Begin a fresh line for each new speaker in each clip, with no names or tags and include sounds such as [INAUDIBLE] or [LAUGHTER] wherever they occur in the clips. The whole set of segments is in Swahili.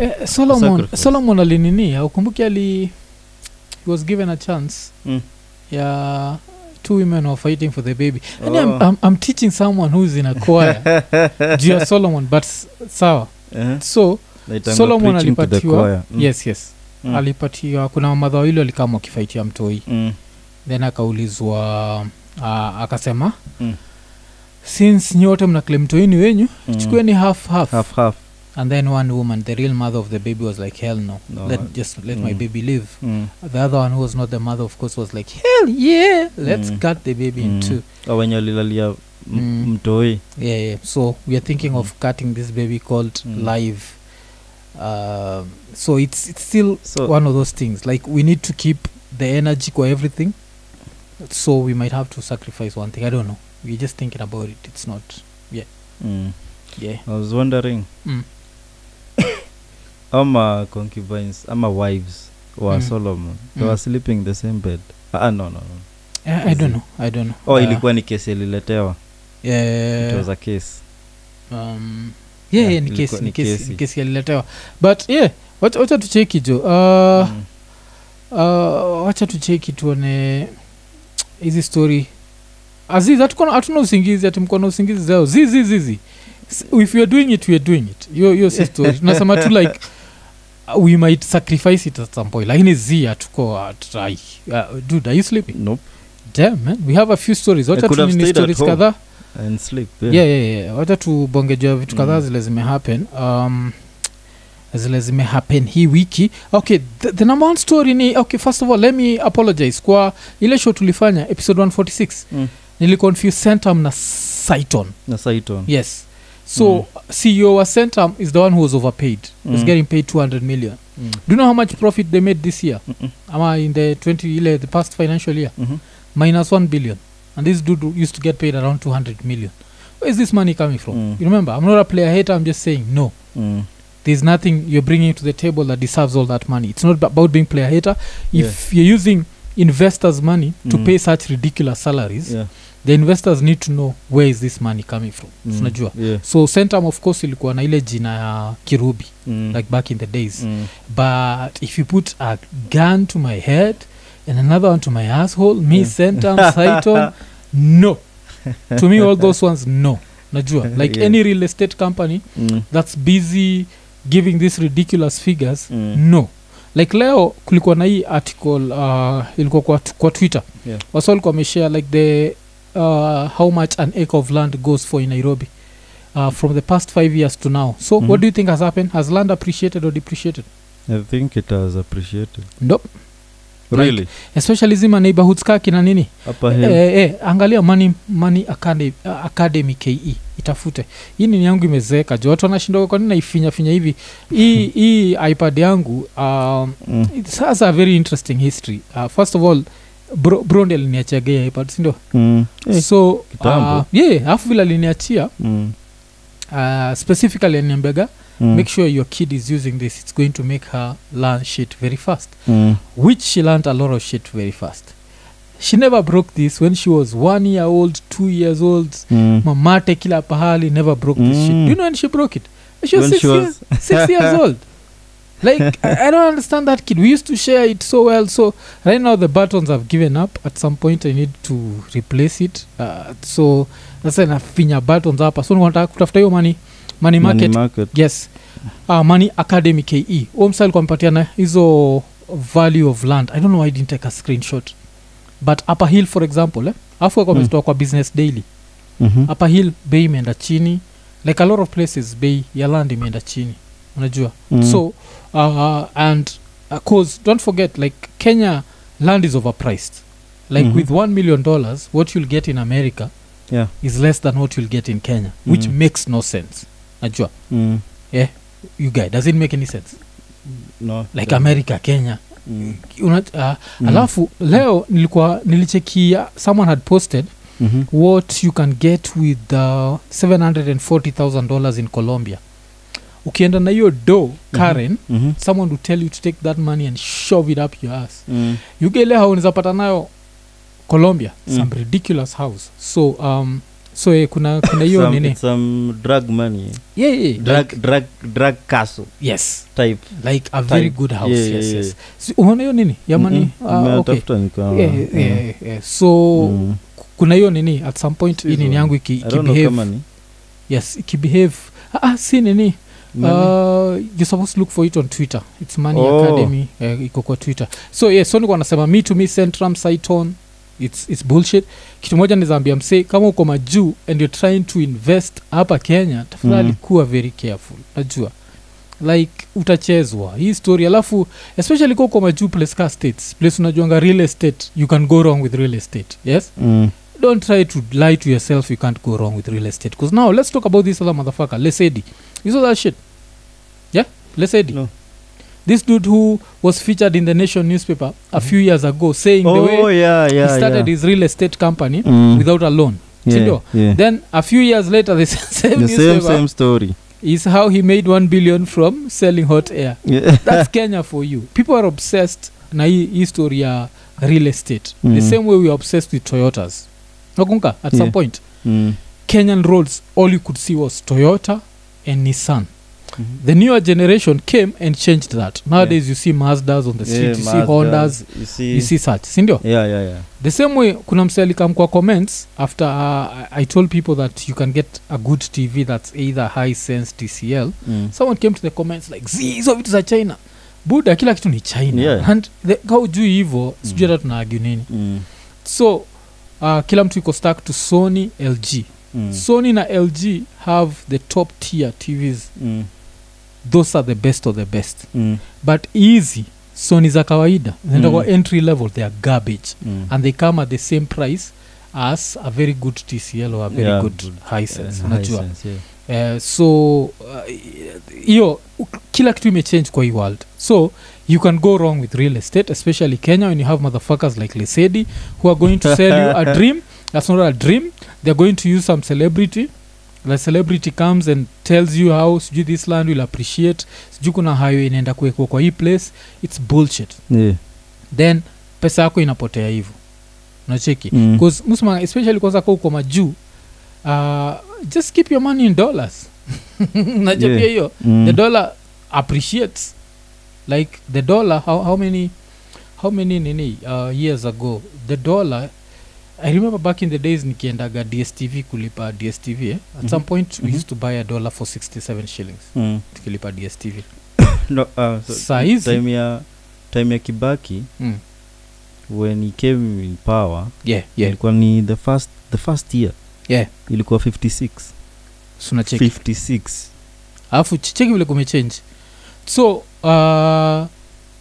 Eh, solomon
Sacrifice.
solomon alinini aukumbuki ali he was given a chance
Mm.
ya two women were fighting for the baby and
Oh.
I'm, I'm, i'm teaching someone who's in a
[LAUGHS]
choir juu ya solomon but s- sawa
Eh,
so
naitangwa
Solomon
preaching to the
alipatiwa-
choir. Mm.
yes yes
Mm.
alipatiwa kuna madha wawili walikama wakifaitia mtoi
Mm.
then akaulizwa uh, akasema
Mm.
since nyote mna claim mtoi ni wenyu
Mm.
chukueni half half
Half, half.
and then one woman the real mother of the baby was like hell no,
No,
let
I-
just let my
Mm.
baby live
Mm.
the other one who was not the mother of course was like hell yeah let's
Mm.
cut the baby in
Mm.
two
Hao wenye walilalia m-
Mm.
mtoi
yeah, yeah. so we are thinking of cutting this baby called
Mm.
live um, so it's it's still
So-
one of those things like we need to keep the energy for everything so we might have to sacrifice one thing i don't know we're just thinking about it it's not
Mm.
yeah
I was wondering
Mm.
[COUGHS] ama concubines ama wives wa
Mm.
solomon they were
Mm.
sleeping the same bed ah, no, no, no.
I, I don't know i don't know
oh
Uh,
ilikuwa ni kesi ililetewa it
yeah
was a case
um, yeah,
Yeah,
yeah, ni
ilikuwa-
kesi
ni
ni kesi
kesi.
ni kesi aliletewa but yeah wacha wacha tucheki jo uh,
Mm.
uh, wacha tucheki tuone hizi story aziz hatuko- hatuna usingizi ati mko na usingizi zao zizi zizi S- if youare doing it weare doing it hiyo hiyo si story
[LAUGHS]
tunasema tu like uh, we might sacrifice it at some point lakini z hatuko hatrai uh, dude are you sleeping
nope
damn man we have a few stories wacha
could have
tunini
stayed at
stories
home.
kadhaa
and sleep
yeah, yeah, yeah. wacha tubongejea vitu kadhaa
Mm.
zile zimehappen um, zile zimehappen hii wiki okay the, the number one story ni okay first of all let me apologize kwa ile show tulifanya episode 146
Mm.
niliconfuse centum na saiton
na saiton
yes so
Mm.
ceo wa centum is the one who was overpaid mm. is
Mm.
getting paid 200 million
Mm.
do you know how much profit they made this year
Mm-mm.
ama in the 20 ile the past financial year
Mhm.
minus 1 billion and this dude used to get paid around 200 million where is this money coming from
Mm.
you remember i'm not a player hater i'm just saying no
Mm.
there's nothing you're bringing to the table that deserves all that money it's not about being player hater if you're using investors money to
Mm.
pay such ridiculous salaries
Yeah.
the investors need to know where is this money coming from
Mm.
tunajua
Yeah.
so centum of course ilikuwa na ile jina ya kirubi
Mm.
like back in the days
Mm.
but if you put a gun to my head and another one to my asshole me
Yeah.
centum
[LAUGHS]
saiton no to me all those ones no
[LAUGHS]
najua like
Yeah.
any real estate company
Mm.
that's busy giving these ridiculous figures
Mm.
no like leo kulikuwa na hii article uh, ilikuwa kwa, kwa twitter
Yeah.
wasa walikuwa wameshare like the uh, how much an acre of land goes for in nairobi uh, from the past five years to now so mm -hmm.
Mhm.
what do you think has happened has land appreciated or depreciated
i think it has appreciated
Nope. Like-
really
especially zima neighborhoods kaa kina nini
hapa
eh,
hill
eh, eh, angalia mani, mani academy, academy ke itafute hii nini yangu imezeeka jo watu wanashindoka kwanini naifinyafinya hivi
[LAUGHS]
hii hii ipad yangu um,
Mm.
it has a very interesting history uh, first of all bro, brond aliniachiaga hii ipad sindio
Mm. Eh.
so uh,
kitambo.
yeah alafu vile aliniachia
Mm.
uh, specifically aliniambiaga
Mm.
make sure your kid is using this it's going to make her learn shit very fast
Mm.
which she learned a lot of shit very fast. She never broke this when she was one year old, two years old.
Mm.
Mamate kila pahali never broke this shit.
Mm.
Do you know when she broke it? She was,
When
six,
she was-
years, six years
[LAUGHS]
old. Like I, I don't understand that kid. We used to share it so well. So right now the buttons have given up. At some point I need to replace it. Uh, so sasa nafinya buttons hapa. So nataka kutafuta hiyo money money
Money
market
market.
yes uh, money academy ke omsa alikuwa amepatia na hizo value of land i don't know why I didn't take a screenshot but upper hill for example eh? afu
Mm.
akametoa kwa business daily
Mhm.
upper hill bei imeenda chini like a lot of places bei ya land imeenda chini unajua
Mm.
so uh, and uh, cause don't forget like kenya land is overpriced like
Mhm.
with 1 million dollars what you'll get in america
Yeah.
is less than what you'll get in kenya which
Mm.
makes no sense najua
Mm.
you guy doesn't make any sense
No.
like
Yeah.
america kenya
Mm.
una, uh,
Mm.
alafu leo nilikuwa nilichekia someone had posted
Mhm.
what you can get with uh, 740000 dollars in colombia ukienda na hiyo do karen
Mhm.
someone will tell you to take that money and shove it up your ass
Mm.
you get leo unaweza pata nayo colombia
Mm.
some ridiculous house so um, so eh, kuna kuna hiyo
[LAUGHS] some,
nini
it's some drug money eh?
yeah, yeah, yeah,
drug,
like,
drug, drug castle
yes
type
like a very
Type.
good house
Yeah,
yes,
yeah,
yes. Si, unaona hiyo nini ya mani
Mm-mm.
ah, okay.
Nimetafuta nikawa,
yeah, yeah,
eh.
yeah, Oh, yeah, yeah. so
Mm.
kuna hiyo nini at some point hii
Hizo.
nini yangu iki-
I don't know
ikibehave
kama ni-
yes ikibehave ah, ah, si nini
nani?
uh, you supposed to look for it on twitter its money
Oh.
academy uh, iko kwa twitter so yeah, so niko nasema me to me centrum siton it's, it's bullshit kitu moja nizaambia msee kama uko majuu and you're trying to invest hapa kenya tafadhali
Mm.
kuwa very careful najua like utachezwa hii story alafu especially kwa uko majuu place ka states place unajuanga real estate you can go wrong with real estate yes
Mm.
don't try to lie to yourself you can't go wrong with real estate because now let's talk about this other motherfucker lesedi you saw that shit yeah lesedi
No.
this dude who was featured in the nation newspaper a few years ago saying the way
Oh, yeah,
he
yeah,
started
yeah.
his real estate company
Mm.
without a loan
Yeah,
Sindo.
yeah.
then a few years later the [LAUGHS] same
The same,
newspaper
same story.
is how he made 1 billion from selling hot air
Yeah. [LAUGHS]
that's kenya for you people are obsessed na hii hii story ya real estate the
Mm.
same way we are obsessed with toyotas nakumbuka at some
Yeah.
point
Mm.
Kenyan roads, all you could see was Toyota and Nissan. The newer generation came and changed that. Nowadays, you see Mazdas on the street,
Yeah,
you see
Mazda,
Hondas,
you see-
you see such. Sindio?
Yeah, yeah, yeah.
The same way, kuna mse alikam kwa comments after uh, I- I told people that you can get a good TV that's either Hisense TCL.
Mm.
Someone came to the comments like, "Zii, hizo vitu za China. Buda, kila kitu ni China.
Yeah.
And the, ka ujui hivo, sijui
Mm.
hata tunaagiu nini.
Mm.
So, uh, kila mtu iko stuck to Sony, LG.
Mm.
sony na lg have the top tier tvs
Mm.
those are the best of the best
Mm.
but easy sony za kawaida zinaenda
Mm.
kwa entry level they are garbage
Mm.
and they come at the same price as a very good tcl or a very
Yeah,
good
good.
hisense
Yeah,
unajua
Hisense, yeah.
uh, so uh, hiyo kila kitu imechange kwa hii world so you can go wrong with real estate especially kenya when you have motherfuckers like lesedi who are going to sell you a dream that's not a dream they're going to use some celebrity the celebrity comes and tells you how sijui this land will appreciate sijui kuna hayo inaenda kuwekwa kwa hii place it's bullshit
Yeah.
then pesa yako inapotea hivyo unacheki
Mm.
Because musma especially kwanza kwa uko majuu uh, just keep your money in dollars [LAUGHS] najapia
Yeah.
hiyo
Mm.
the dollar appreciates like the dollar how, how many how many nini uh, years ago the dollar i remember back in the days nikiendaga dstv kulipa dstv eh? at some
Mhm.
point we
Mhm.
used to buy a dollar for 67 shillings
Mm.
tukilipa dstv
No, uh, so
Saa hizi-
time ya time ya kibaki
mm.
when he came in power
yeah yeah
ilikuwa ni the first, the first year
Yeah.
ilikuwa 56
sunacheki
56
alafu ch- cheki vile kumechange so uh,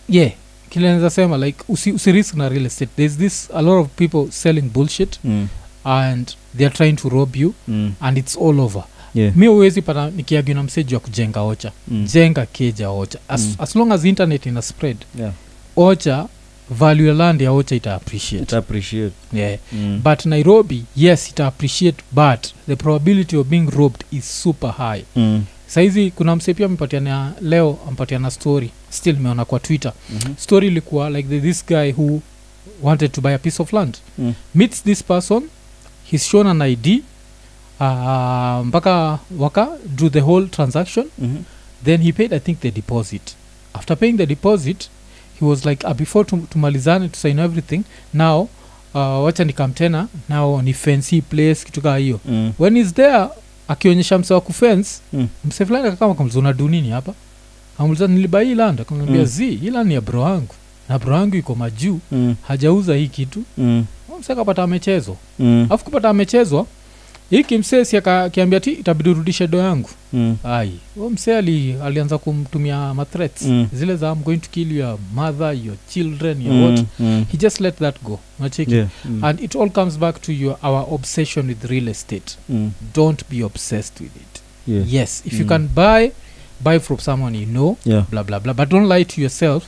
yeah kile naeza sema like usi, usi risk na real estate there's this a lot of people selling bullshit
mm.
and they're trying to rob you
Mm.
and it's all over
Yeah.
mi uwezi pata nikiagio na mseji wa kujenga ocha
Mm.
jenga keja ocha as,
Mm.
as long as internet ina spread
Yeah.
ocha value ya land ya ocha ita appreciate
Ita appreciate.
yeah.
Mm.
but nairobi yes ita appreciate but the probability of being robbed is super high
Mm.
saizi kuna mse pia amepatiana leo ampatiana story still meona kwa twitter
Mhm.
story ilikuwa like the, this guy who wanted to buy a piece of land
Mm.
meets this person he's shown an id uh, mpaka waka do the whole transaction
Mhm.
then he paid i think the deposit after paying the deposit he was like uh, before tum- tumalizane to sign everything now uh, wacha nikam tena now ni fancy place kitu kaa hiyo
Mm.
when is there akionyesha mse wa kufence
Mm.
mse fulani akakama kamza una dunini hapa amuliza niliba hii land akamwambia
Mm.
zi hii land ni ya bro wangu na bro wangu iko majuu
Mm.
hajauza hii kitu
Mm.
Huyo mse akapata amechezwa
Mm.
alafu kupata amechezwa hiki msee si aka- akiambia ti itabidi urudishe do yangu
Mm.
ai huyo msee ali, alianza kumtumia mathreats
Mm.
zile za I'm going to kill your mother your children your
Mm.
what
Mm.
he just let that go unacheki
Yeah. Mm.
and it all comes back to your our obsession with real estate
Mm.
don't be obsessed with it
Yeah.
yes if you
Mm.
can buy buy from someone you know
Yeah.
blah blah blah but don't lie to yourself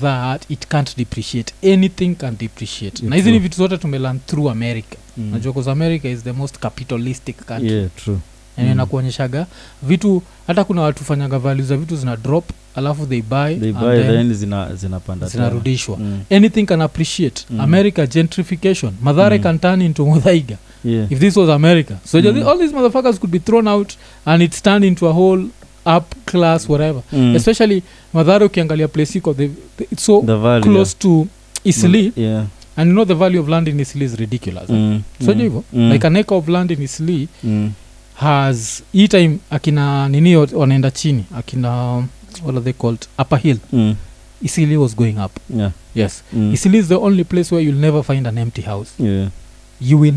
that it can't depreciate anything can depreciate
Yeah,
na hizi ni
true.
vitu zote tumelearn through america
Mm.
najua cause america is the most capitalistic country Yaani
Yeah, true.
yani
Mm.
inakuonyeshaga vitu hata kuna watu fanyaga value za vitu zina drop alafu they buy,
they
and
buy
then
then zina zinapanda tena.
zinarudishwa
Mm.
anything can appreciate
Mm.
america gentrification madhare
Mm.
can turn into muthaiga
Yeah.
if this was america so
Mm.
all these motherfuckers could be thrown out and it's turned into a whole up class whatever
Mm.
especially madhare ukiangalia place iko the, the, it's so
The value, Hmm.
close to isli
yeah. Yeah.
and you know the value of land in isli is ridiculous
Mm.
So
Mm.
hivyo,
Mm.
like an acre of land in isli
Mm.
has hii time akina nini wa- wanaenda chini akina um, what are they called upper hill
Mm.
isili was going up
Yeah.
yes
Mm.
isili is the only place where you'll never find an empty house
Yeah.
you will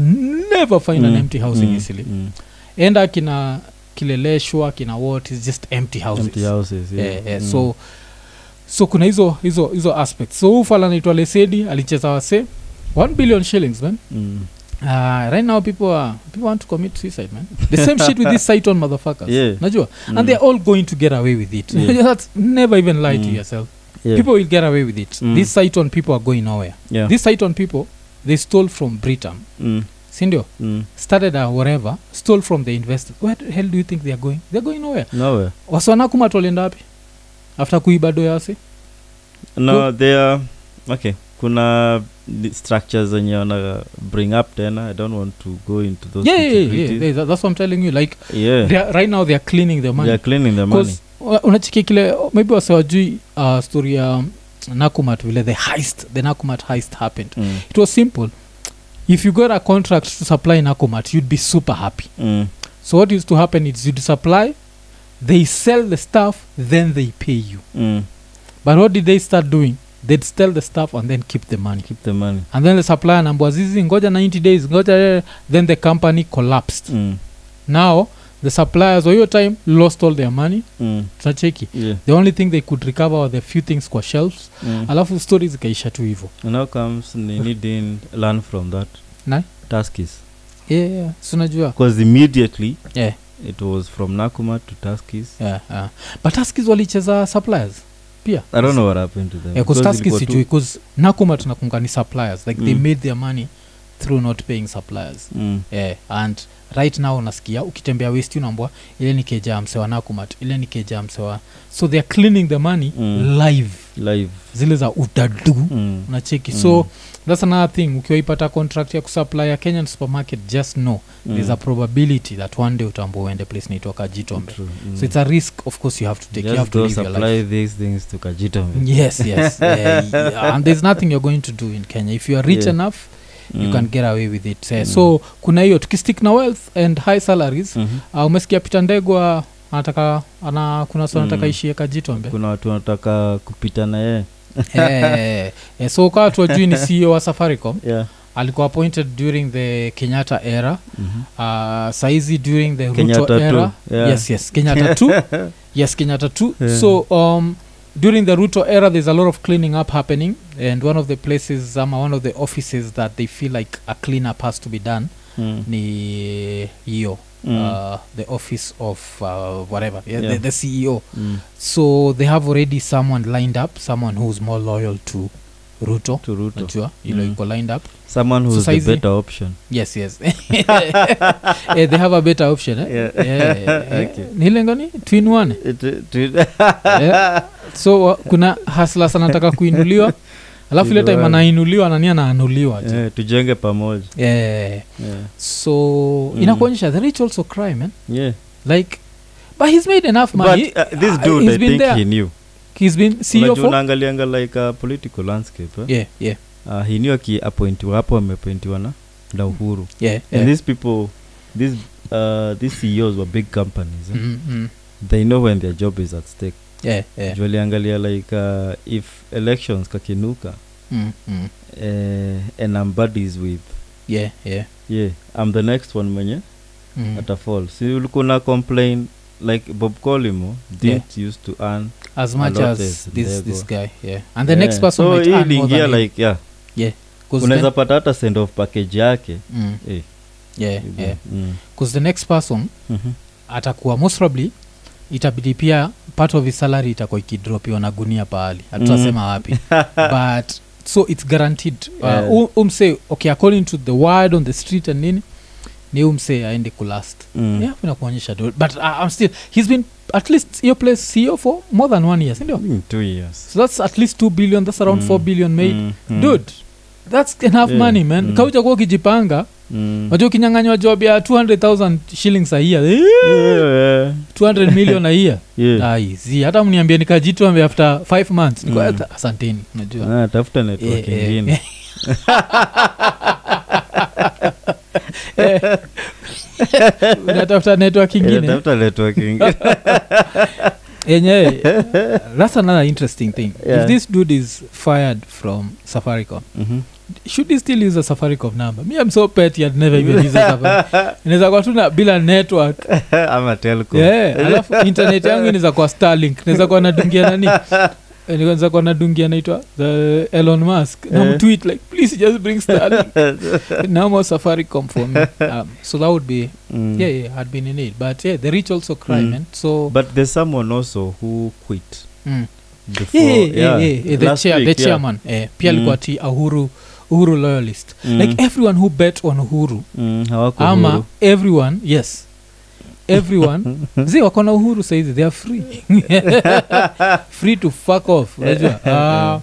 never find an
Mm.
empty house in
Mm.
isili
Mm.
enda kina kileleshwa kina what is just empty houses,
Empty houses. Yeah.
Eh, eh,
Mm.
so so kuna hizo hizo hizo aspects so huu fala anaitwa lesedi alicheza wase 1 billion shillings man
Mm.
uh, right now people are people want to commit suicide man the same shit with
[LAUGHS]
this site on motherfuckers
Yeah.
najua
Mm.
and they're all going to get away with it
Yeah.
[LAUGHS] that's never even lie to
Mm.
yourself
Yeah.
people will get away with it
Mm.
this site on people are going nowhere
Yeah.
this site on people they stole from britam
Mm.
sindio
Mm.
started or whatever stole from the investors where the hell do you think they are going they're going nowhere
Nowhere.
waswanakumat walienda wapi after kuiba doyase
no they are okay kuna ni- structures zenye wana bring up tena i don't want to go into those
yeah, yeah, yeah, yeah.
nitty-gritties.
They- that's what i'm telling you like
yeah.
they are, right now they are cleaning their
They
money
are cleaning the money
'Cause, uh, unachikia kile maybe wasewajui uh, story ya um, nakumat vile the heist the nakumat heist happened
mm.
it was simple if you got a contract to supply nakumat you'd be super happy
Mm.
so what used to happen is you'd supply they sell the stuff then they pay you
Mm.
but what did they start doing they'd sell the stuff and then keep the money
keep the money
and then the supplier anaambiwa zizi ngoja 90 days ngoja eh, then the company collapsed
mm.
now the suppliers wa hiyo time lost all their money
Mm.
tunacheki
yeah
the only thing they could recover were the few things kwa shelves
mm.
alafu stori zikaisha tu hivo
and now comes nini didn't learn from that
Na?
taskis
yeah, yeah. si unajua
because immediately
Yeah.
it was from nakuma to taskis
yeah, yeah. but taskis walicheza suppliers pia
i don't know what happened to them
Yeah, 'cause
Because
taskis
ilikuwa tu-
sijui 'cause nakuma tunakunga ni suppliers like they
Mm.
made their money through not paying suppliers
mm.
yeah. Eh, and right now unasikia ukitembea west unambwa ile ni keja msewa nakumat ile ni keja msewa so they're cleaning the money
Mm.
live
live
zile za utadu
mm.
unacheki
Mm.
so that's another thing ukiwaipata contract ya kusupply ya kenyan supermarket just know
Mm.
there's a probability that one day utambua uende place naitwa kajitombe
True. Mm.
so it's a risk of course you have to take you
Just
have to
go
live your life
supply these things to kajitambe
yes yes
[LAUGHS]
yeah, yeah. and there's nothing you're going to do in kenya if you are rich
Yeah.
enough you
Mm.
can get away with it Eh,
Mm.
so kuna hiyo tukistick na wealth and high salaries
Mhm.
uh, umesikia peter ndegwa anataka ana kuna so anataka
Mm.
ishie kajitombe
kuna watu wanataka kupita na yeye
[LAUGHS] eh, eh, so kwa watu wajui ni ceo wa safaricom
yeah.
alikuwa appointed during the kenyatta era
mm
uh, saizi during the
Kenyatta
ruto era
too, yeah.
yes yes kenyatta
[LAUGHS]
2 yes kenyatta 2
Yeah.
so um, during the ruto era there's a lot of cleaning up happening and one of the places ama one of the offices that they feel like a clean up has to be done
mm.
ni hiyo
Mm.
uh, the office of uh, whatever yeah,
Yeah.
The, E the ceo
mm.
so they have already someone lined up someone who's more loyal to ruto
to Ruto.
najua ilo
Mm.
iko lined up
someone who's
Sasa
the
hizi-
better option
yes yes [LAUGHS] Eh, they have a better option eh?
Yeah.
Eh, eh,
[LAUGHS] Okay.
ni lengo ni twin
[LAUGHS]
one Eh, so wa- kuna hasla anataka
[LAUGHS]
kuinuliwa alafu ile
Twin
time
one.
anainuliwa nani anaanuliwa tu.
Eh, tujenge pamoja
Eh,
yeah.
so
Mm.
inakuonyesha the rich also cry man
Yeah.
like but he's made enough
but
money
uh, this
uh,
dude
he's
i
been
think
there.
he knew
he's been CEO
Unajua
for
unaangalianga like a political landscape eh?
yeah yeah
uh, he knew akiappointiwa hapo amepointiwa na na uhuru
Mm. yeah,
and
yeah.
these people these uh, these ceos were big companies eh?
Mm, mm,
they know when their job is at stake
yeah, yeah.
Juu aliangalia like uh, if elections kakinuka
Mm, mm.
eh, and I'm buddies with
yeah yeah
yeah I'm the next one mwenye
Mm.
atafall si ulikuwa na complain like Bob Colimo didn't used to earn
as much
lot
as
is
this
there,
this
bro.
guy yeah and the next
Yeah.
person
so
might
hii
earn more
iliingia
than him,
like yeah
'cause
unaweza
then-
pata hata send off package yake
mm,
eh,
yeah
ibu-
yeah Mm-hmm.
mm.
'Cause the next person
Mhm.
atakuwa most probably itabidi pia part of his salary itakuwa ikidropiwa na gunia pahali hatutasema
Mm. [LAUGHS]
wapi but so it's guaranteed uh,
Yeah.
um- umse okay according to the word on the street and nini ni umse aende kulast
mm.
yeah, nakuonyesha do but uh, I'm still he's been at least hiyo place CEO for more than one year sindio
Mm, two years
so that's at least 2 billion that's around
Mm.
4 billion made
Mm, mm,
dude that's enough
Yeah.
money man
Mm.
kauja kuwa ukijipanga
mm.
najua ukinyanganywa job ya 200000 shillings a year eh,
Yeah, yeah,
200 million a year
[LAUGHS] yeah.
aizi hata mniambia nikajitwambe after 5 months niko,
Mm.
"Ata- asanteni najua
Ah, tafuta network
Eh, eh,
ingine [LAUGHS]
Eh. unatafuta network
Yeah,
[LAUGHS] ingine
Eh, tafuta
[LAUGHS]
network ingine
yenye [LAUGHS] that's another interesting thing
Yeah.
if this dude is fired from safaricom
Mhm.
should he still use a safaricom number me i'm so petty i'd never
Mm-hmm.
even use a
[LAUGHS]
safaricom inaweza kuwa tu na bila network
ama telco
yeah alafu internet yangu inaweza kuwa starlink naweza kuwa nadungia
[LAUGHS]
nani Eh, naweza kuwa nadungia naitwa the elon musk na
Eh.
mtweet like please just bring starlink [LAUGHS] no more safaricom for me um, so that would be
[LAUGHS] Mm.
yeah yeah had been in it but yeah the rich also cry
Mm.
man so
but there's someone also who quit
mm.
before
yeah, yeah, yeah, yeah, yeah, the,
last
chair,
week,
the
yeah.
chairman eh, pia
Mm.
alikuwa ati uhuru uhuru loyalist
Mm,
like everyone who bet on uhuru
mm, hawako
ama
[LAUGHS] huru.
everyone yes
[LAUGHS]
everyone zi wako na uhuru saizi they are free free to fuck off unajua
[LAUGHS]
Ah,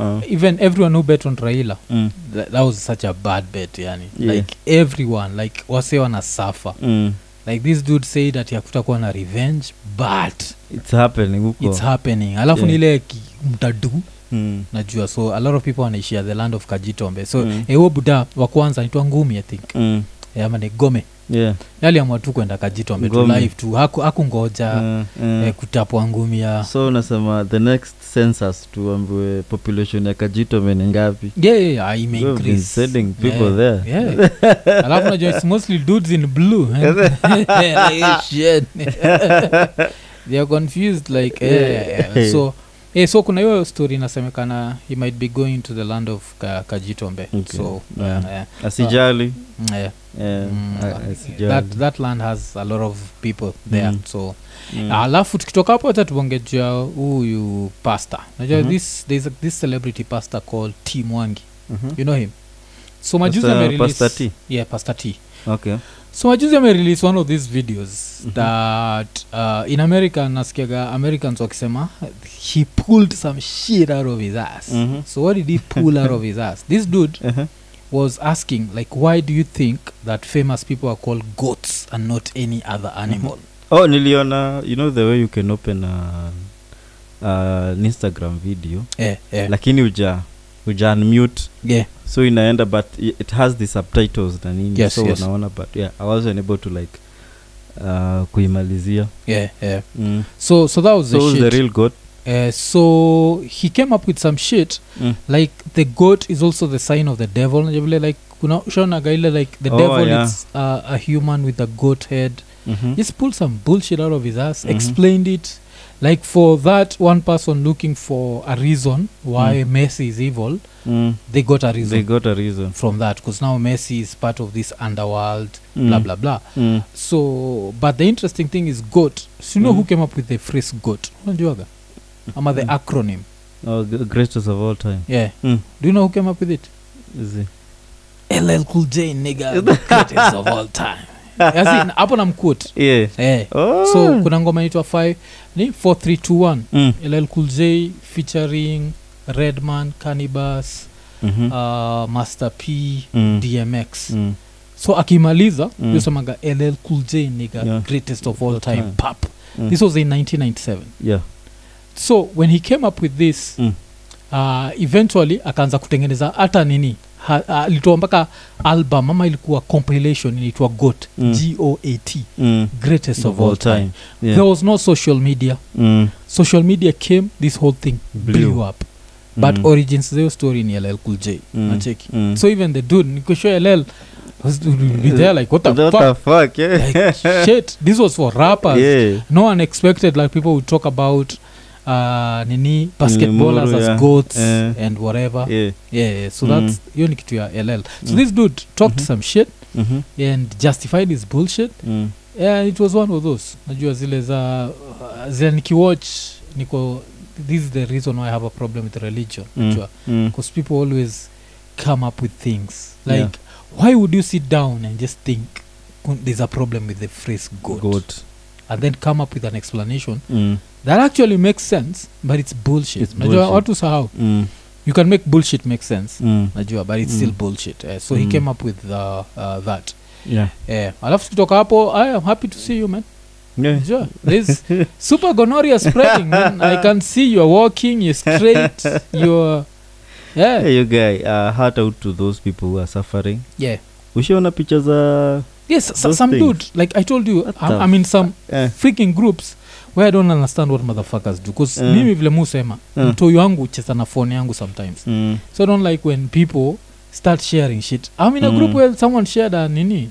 Ah,
even everyone who bet on raila
mm,
that, that was such a bad bet yani
Yeah.
like everyone like wase wana suffer
mm.
like this dude said that yakutakuwa na revenge but
it's happening huko
it's happening alafu
Oh. Yeah.
yeah. nile mtadu
Mm,
najua so a lot of people wanaishia the land of kajitombe so
Mm.
mm. ewo buda wa kwanza naitwa ngumi i think
mm,
Eh, ama ni gome
yeah,
aliamua tu kwenda kajitombe tu
Ngome.
live tu haku- hakungoja haku
mm, mm.
eh, kutapwa ngumi ya
so unasema the next census tuambiwe population ya kajitome ni ngapi
yeah, yeah, yeah, ime
We've been
increase.
sending people
Yeah,
there. [LAUGHS]
yeah. alafu najua it's mostly dudes in blue eh? [LAUGHS] Like, eh,
[LAUGHS]
shit. they are confused like eh,
Yeah.
so eh, so kuna hiyo story inasemekana he might be going to the land of ka, kajitombe
Okay.
so
Yeah.
eh,
asijali
eh,
yeah,
Mm,
a-
uh,
asijali
that, that land has a lot of people there
Mm.
so Ah,
Mm.
alafu tukitoka hapo hata tuongejea huyu pasta najua
Mhm.
this, there's a, this celebrity pasta called t mwangi
Mhm.
you know him so majuzi
Pasta-
amerelease-
Pasta T?
yeah pasta t
okay
so majuzi amerelease one of these videos
Mhm.
that uh, in america nasikiaga americans wakisema he pulled some shit out of his ass
Mhm.
so what did he pull out of his ass this dude
Uh-huh.
was asking like why do you think that famous people are called goats and not any other animal
oh niliona you know the way you can open a, a, an instagram video
eh, eh,
lakini uja uja unmute
yeah.
so inaenda but i- it has the subtitles na nini
Yes,
so
yes.
unaona but yeah i wasn't able to like uh, kuimalizia
yeah, yeah.
mm.
So, so that was
so
the
who's
shit.
the real god
Uh, so he came up with some shit
Mm.
like the goat is also the sign of the devil. Unajua vile, Like unaonaga ile like the
Oh,
devil
yeah.
is uh, a human with a goat head.
Mhm.
Just pulled some bullshit out of his ass.
Mhm.
Explained it. Like for that one person looking for a reason why Messi is evil,
Mm.
Hmm. they got a
they
reason
got a reason
from that because now Messi is part of this underworld,
mm.
blah blah blah.
mm.
so but the interesting thing is goat so you know who
Mhm.
came up with the phrase goat unajuaga ama the
Mm.
acronym
oh, g- greatest of all time
yeah
Mm.
do you know who came up with it
Is he?
ll cool j nigga the greatest of all time As in, hapo namquote
yeah
eh
oh.
so kuna ngoma inaitwa 5 ni 4321
mm.
ll cool j featuring redman canibas
mm-hmm.
uh, master p
mm.
dmx
mm.
so akimaliza
Mm.
yosemaga ll cool j nigga
Yeah.
greatest Hmm. of all
All
time, Hmm.
time.
pap
Mm.
this was in 1997
yeah
so when he came up with this
Mm.
uh, eventually akaanza kutengeneza hata nini Ha- uh, alitoa mpaka album ama ilikuwa compilation inaitwa got
Mm.
got
mm.
greatest Hmm. of all time,
yeah.
there was no social media
mm.
social media came this whole thing blew,
Blew.
up but
mm.
origins zeo story ni ll cool j
Mm.
nacheki
mm.
so even the dude nikosho ll was be there like what the
what
fuck
the fuck yeah [LAUGHS]
like shit this was for rappers
yeah
no one expected like people would talk about uh, nini basketballers
Lemuru,
as
yeah.
goats
Eh.
and whatever yeah,
yeah
yeah. so
Mm.
that's hiyo ni kitu ya ll so
Mm.
this dude talked
Mhm.
some shit
mhm
and justified his bullshit
mm.
and it was one of those najua zile za uh, zile nikiwatch niko this is the reason why i have a problem with religion
Mm.
najua
mm.
because people always come up with things like
Yeah.
why would you sit down and just think kun- there's a problem with the phrase god,
goat
and then come up with an explanation
mm,
that actually makes sense but it's bullshit
It's
Unajua
bullshit.
watu sahau
mm,
you can make bullshit make sense
mm.
najua but it's still
Mm.
bullshit Eh, so
Mm.
he came up with uh, uh, that
yeah
Eh, alafu kutoka hapo i am happy to see you man
yeah
Sure.
[LAUGHS]
This super gonorrhea spreading, man. I can see you're walking, you're
[LAUGHS]
straight, you're yeah,
Hey, you guy uh, heart out to those people who are suffering
yeah.
ushaona picha za
Yes, s-
Those
some
things.
dude. Like I told you,
What
I'm,
the
I'm in some
eh,
freaking groups where I don't understand what motherfuckers do. Cause
Mm.
mimi vile musema
Mm.
mtoi wangu cheza na phone yangu sometimes.
mm,
So I don't like when people start sharing shit. I'm in a
Mm.
group where someone shared a nini,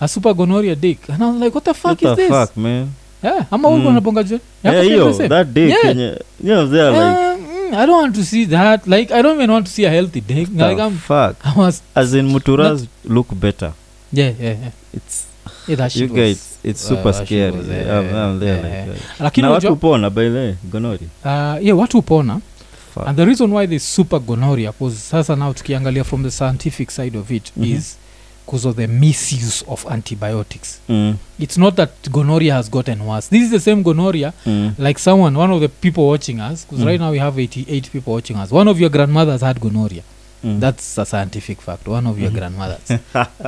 a super gonorrhea dick, and I was like, what the fuck
what the
is this?
fuck man
Yeah, ama
Mm.
huko anabonga je? Yako
yeah
pia
hiyo
the same?
that day
Yeah.
Kenya, yeah they are like
Uh, mm, I don't want to see that. Like, I don't even want to see a healthy dick. Like, um,
the
I'm,
fuck
I was,
as in muturas look better
yeah, yeah, yeah.
it's
yeah that
you
shit was,
guys it's
uh,
super
that shit
scary
was,
yeah,
eh,
I'm, I'm there
eh,
like that.
lakini
na watu
watu,
hupona by the way gonori
uh, yeah, watu upona
fuck
and the reason why they super gonorrhea cause sasa now tukiangalia from the scientific side of it
Mhm.
is because of the misuse of antibiotics
mm,
it's not that gonorrhea has gotten worse this is the same gonorrhea
mm,
like someone one of the people watching us because
Mhm.
right now we have 88 people watching us one of your grandmothers had gonorrhea
mm.
that's a scientific fact one of your
Mhm.
grandmothers
[LAUGHS]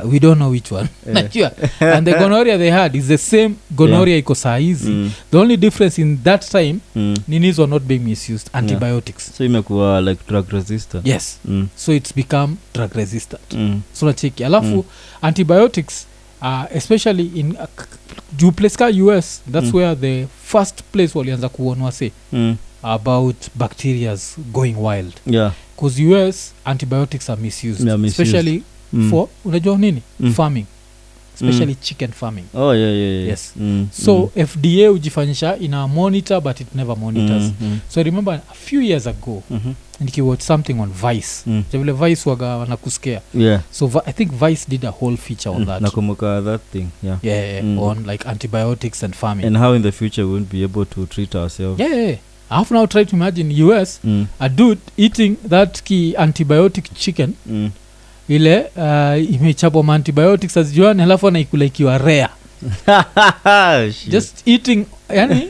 Uh, we don't know which one [LAUGHS]
Yeah.
najua
[LAUGHS]
and the gonorrhea they had is the same gonorrhea iko saa hizi
Mm,
the only difference in that time
mm.
ninis were not being misused antibiotics
so imekuwa like drug resistant
yes
mm,
so it's become drug resistant
mm,
so nacheki alafu
Mm.
antibiotics uh, especially in uh, k- k- juu place ka us that's
Mm.
where the first place walianza kuonwa se
mm.
about bacterias going wild
yeah
bcause us antibiotics are misused,
They are misused.
especially
mm.
for unajua nini
Mm.
farming especially chicken farming
oh yeah yeah, yeah.
Yes.
mm,
so
mm,
mm. fda hujifanyisha ina monitor but it never monitors Mm-hmm. mm.
mm, mm,
so I remember a few years ago
mhm,
nikiwatch something on vice
mm.
vile vice waga wanakusikia
yeah
so Vi- i think vice did a whole feature on
Mm,
that
nakumbuka that thing yeah
yeah, yeah,
Mm.
on like antibiotics and farming
and how in the future we won't be able to treat ourselves
yeah, yeah, yeah. i have now tried to imagine us
mm,
a dude eating that ki antibiotic chicken
mm. [LAUGHS]
ile uh, imechapwa maantibiotics azijuani halafu anaikula ikiwa rare
Shit. [LAUGHS]
just eating yani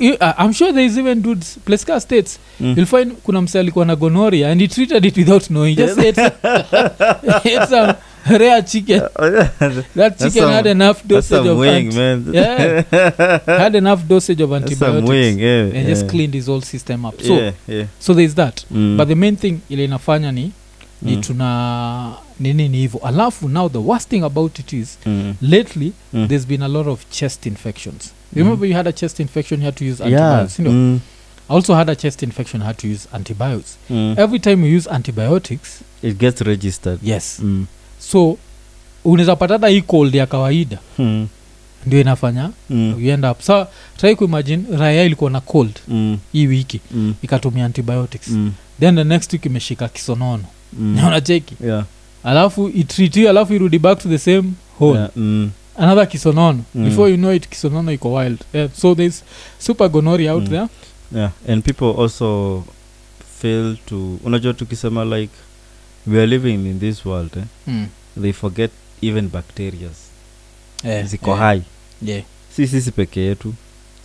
you, you, uh, i'm sure there is even dudes pleska states
Mm. [LAUGHS]
you'll find kuna mse alikuwa na gonoria and he treated it without knowing just ate, [LAUGHS] ate some rare chicken that chicken
some-
had enough
That's
dosage
some
of
wing,
anti-
man. [LAUGHS]
yeah
Eh,
had enough dosage of
That's some
antibiotics
wing, yeah.
and
yeah.
just cleaned his whole system up so
eh. yeah, yeah.
so there's that
Mm.
but the main thing ile inafanya ni ni
Mm.
tuna ni nini hivyo alafu now the worst thing about it is
Mm.
lately
Mm.
there's been a lot of chest infections
Mm.
remember you had a chest infection you had to use
yeah.
antibiotics you know?
Mm.
i also had a chest infection I had to use antibiotics
Mm.
every time you use antibiotics
It gets registered.
yes
Mm.
so unaweza patata hii cold ya kawaida
Mm.
ndio inafanya
Mm.
you end up sa try kuimagine raya ilikuwa na cold
Mm.
hii wiki
Mm.
ikatumia antibiotics
Mm.
then the next week imeshika kisonono
Mm.
naona cheki
Yeah.
alafu itreatiwe alafu irudi back to the same hole
Yeah. Mm.
another kisonono
Mm.
before you know it kisonono iko wild yeah. so there's super gonori out
Mm.
there
yeah and people also fail to unajua tukisema like we are living in this world eh?
mm.
they forget even bacterias
yeah,
ziko
yeah, Mm-hmm.
hai
yeah,
si sisi peke yetu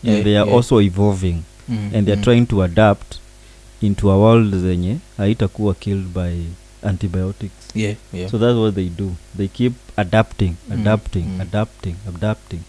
and
yeah,
they are
yeah.
also evolving
mm.
and they are
mm.
trying to adapt into a world zenye haitakuwa killed by antibiotics
yeah, yeah,
so that's what they do they keep adapting
Mm,
adapting
mm.
adapting adapting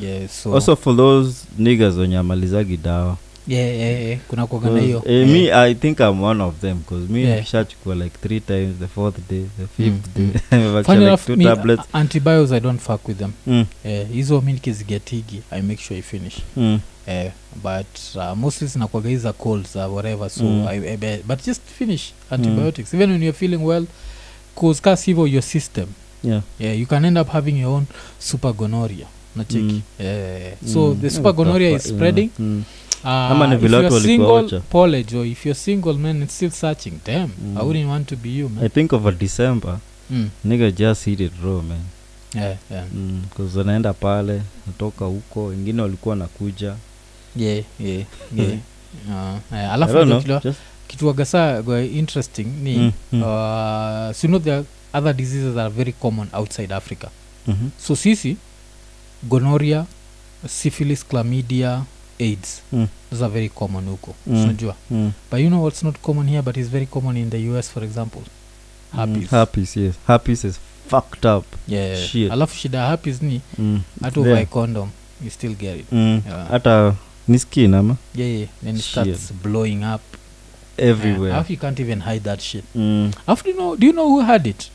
yeah, so
also for those niggers wenye amalizagi dawa
yeah, yeah, yeah. kuna kuwaga na
'Cause,
hiyo
eh,
Yeah.
me i think i'm one of them because me
Yeah.
nikishachukua like three times the fourth day the fifth
Mm,
day [LAUGHS] I've actually
Funny
like
enough,
two
me, uh,
tablets
a- antibiotics i don't fuck with them
mm,
Eh, hizo mi nikizigetigi i make sure i finish
mm,
Eh, but uh, mostly zinakuwaga hizi za cold za whatever so
Mm.
I, I, bet- but just finish antibiotics even when you're feeling well cause kas hivyo your system
yeah
yeah, you can end up having your own super gonoria nacheki eh, so
mm,
the
yeah,
super gonoria is
yeah,
spreading
mm, Ama
uh,
ni
if
vile
you're
watu walikuwa
single
wacha.
college or if you're single man it's still searching damn
Mm.
i wouldn't want to be you
i
man
think of a december
mm.
nigga just hit it raw man
yeah,
[LAUGHS]
yeah.
because anaenda pale natoka huko wengine walikuwa nakuja
yeah, yeah, yeah.
[LAUGHS]
uh, eh,
I don't know,
alafu
just-
kituagasa interesting ni
Mm,
mm,
mm.
Uh, so you know there are other diseases that are very common outside africa
mhm,
so sisi gonoria syphilis chlamydia aids
Mm.
those are very common huko
Mm.
unajua
mm.
but you know what's not common here but is very common in the us for example
Mm,
herpes
herpes, yes. Herpes is fucked up.
yeah
Shit.
alafu shida ya herpes ni
Mm.
hata
There.
uvae condom you still get it
Mm.
yeah
hata ni skin ama
yeah, yeah. then it starts blowing up
everywhere
Alafu you can't even hide that shit
mm.
after you know do you know who had it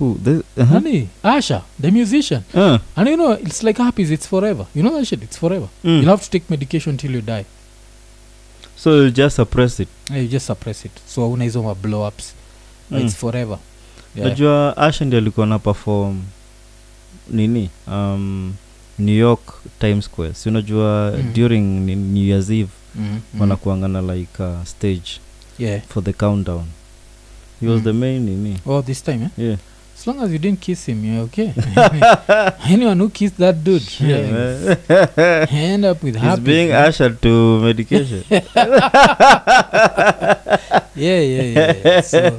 Who? The, uh-huh.
nani asha the musician
Ah,
and you know it's like herpes it's forever you know that shit it's forever
mm.
you'll have to take medication till you die
so you just suppress it
Eh, you just suppress it so una hizo ma blow ups mm.
Mm.
it's forever yeah.
najua asha ndi alikuwa na perform nini um, new york times square si unajua
Mm.
during ni- new year's eve
mm, mm.
wanakuanga na like uh, stage
yeah
for the countdown he was
Mm.
the main nini
oh this time eh?
yeah
as long as you didn't kiss him you're okay
[LAUGHS]
[LAUGHS] anyone who kissed that dude
Yeah,
[LAUGHS]
man.
end up with
he's
herpes,
being
man.
asha to
[LAUGHS]
medication
yeah, yeah, yeah, yeah. So,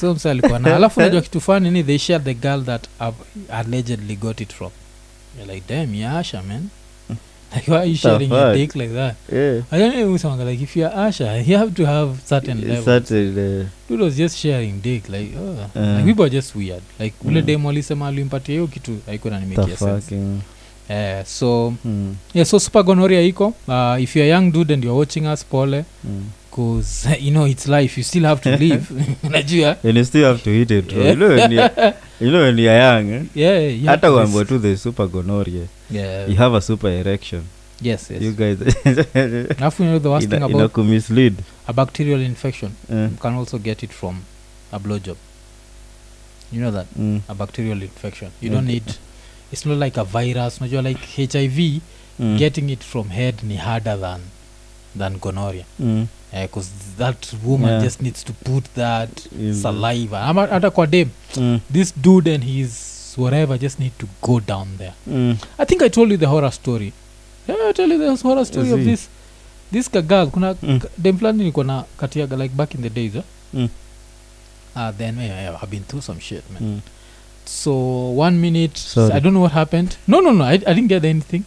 so msa alikuwa na
[LAUGHS]
alafu najua kitu fani ni they shared the girl that have allegedly got it from You're like damn you're asha man like why are you
Hmm. The
sharing your
fuck?
dick like that
yeah.
i don't know something like if you're asha you have to have certain level
Certain, uh,
dude was just sharing dick like, oh.
Uh.
like people are just weird like ule
Mm.
demo alisema alimpatia hiyo kitu haikuwa
the
nanimekia sense
fucking
eh, so
mm,
yeah so super gonorrhea iko uh, if you're a young dude and you're watching us pole
mm.
cause [LAUGHS] you know it's life you still
[LAUGHS]
have to live [LAUGHS] unajua
and you still have to hit it bro.
Yeah.
you know when you're, you know when you're young eh?
yeah, yeah, you have
hata
to
uambwa
res-
tu the super gonoria
yeah.
you have a super erection
yes yes
you
[LAUGHS]
guys
alafu you know the worst thing
[LAUGHS] ina-
about
inakumislead
a bacterial infection
Eh,
you can also get it from a blowjob you know that
mm,
a bacterial infection you don't
Okay.
need it's not like a virus unajua like hiv
mm,
getting it from head ni harder than than gonorrhea
mm,
because that woman
Yeah. Mm.
just needs to put that
In-
saliva Ama- hata kwa dem
mm,
this dude and his whatever just need to go down there
mm.
i think i told you the horror story Did I tell you the horror story of
Zii.
this this ka girl kuna
Mm.
ka- dem fulani nilikuwa na katiaga like back in the days eh?
Mm.
Ah, then yeah, i've been through some shit man
Mm.
so one minute
Sorry.
i don't know what happened no no no i, I didn't get anything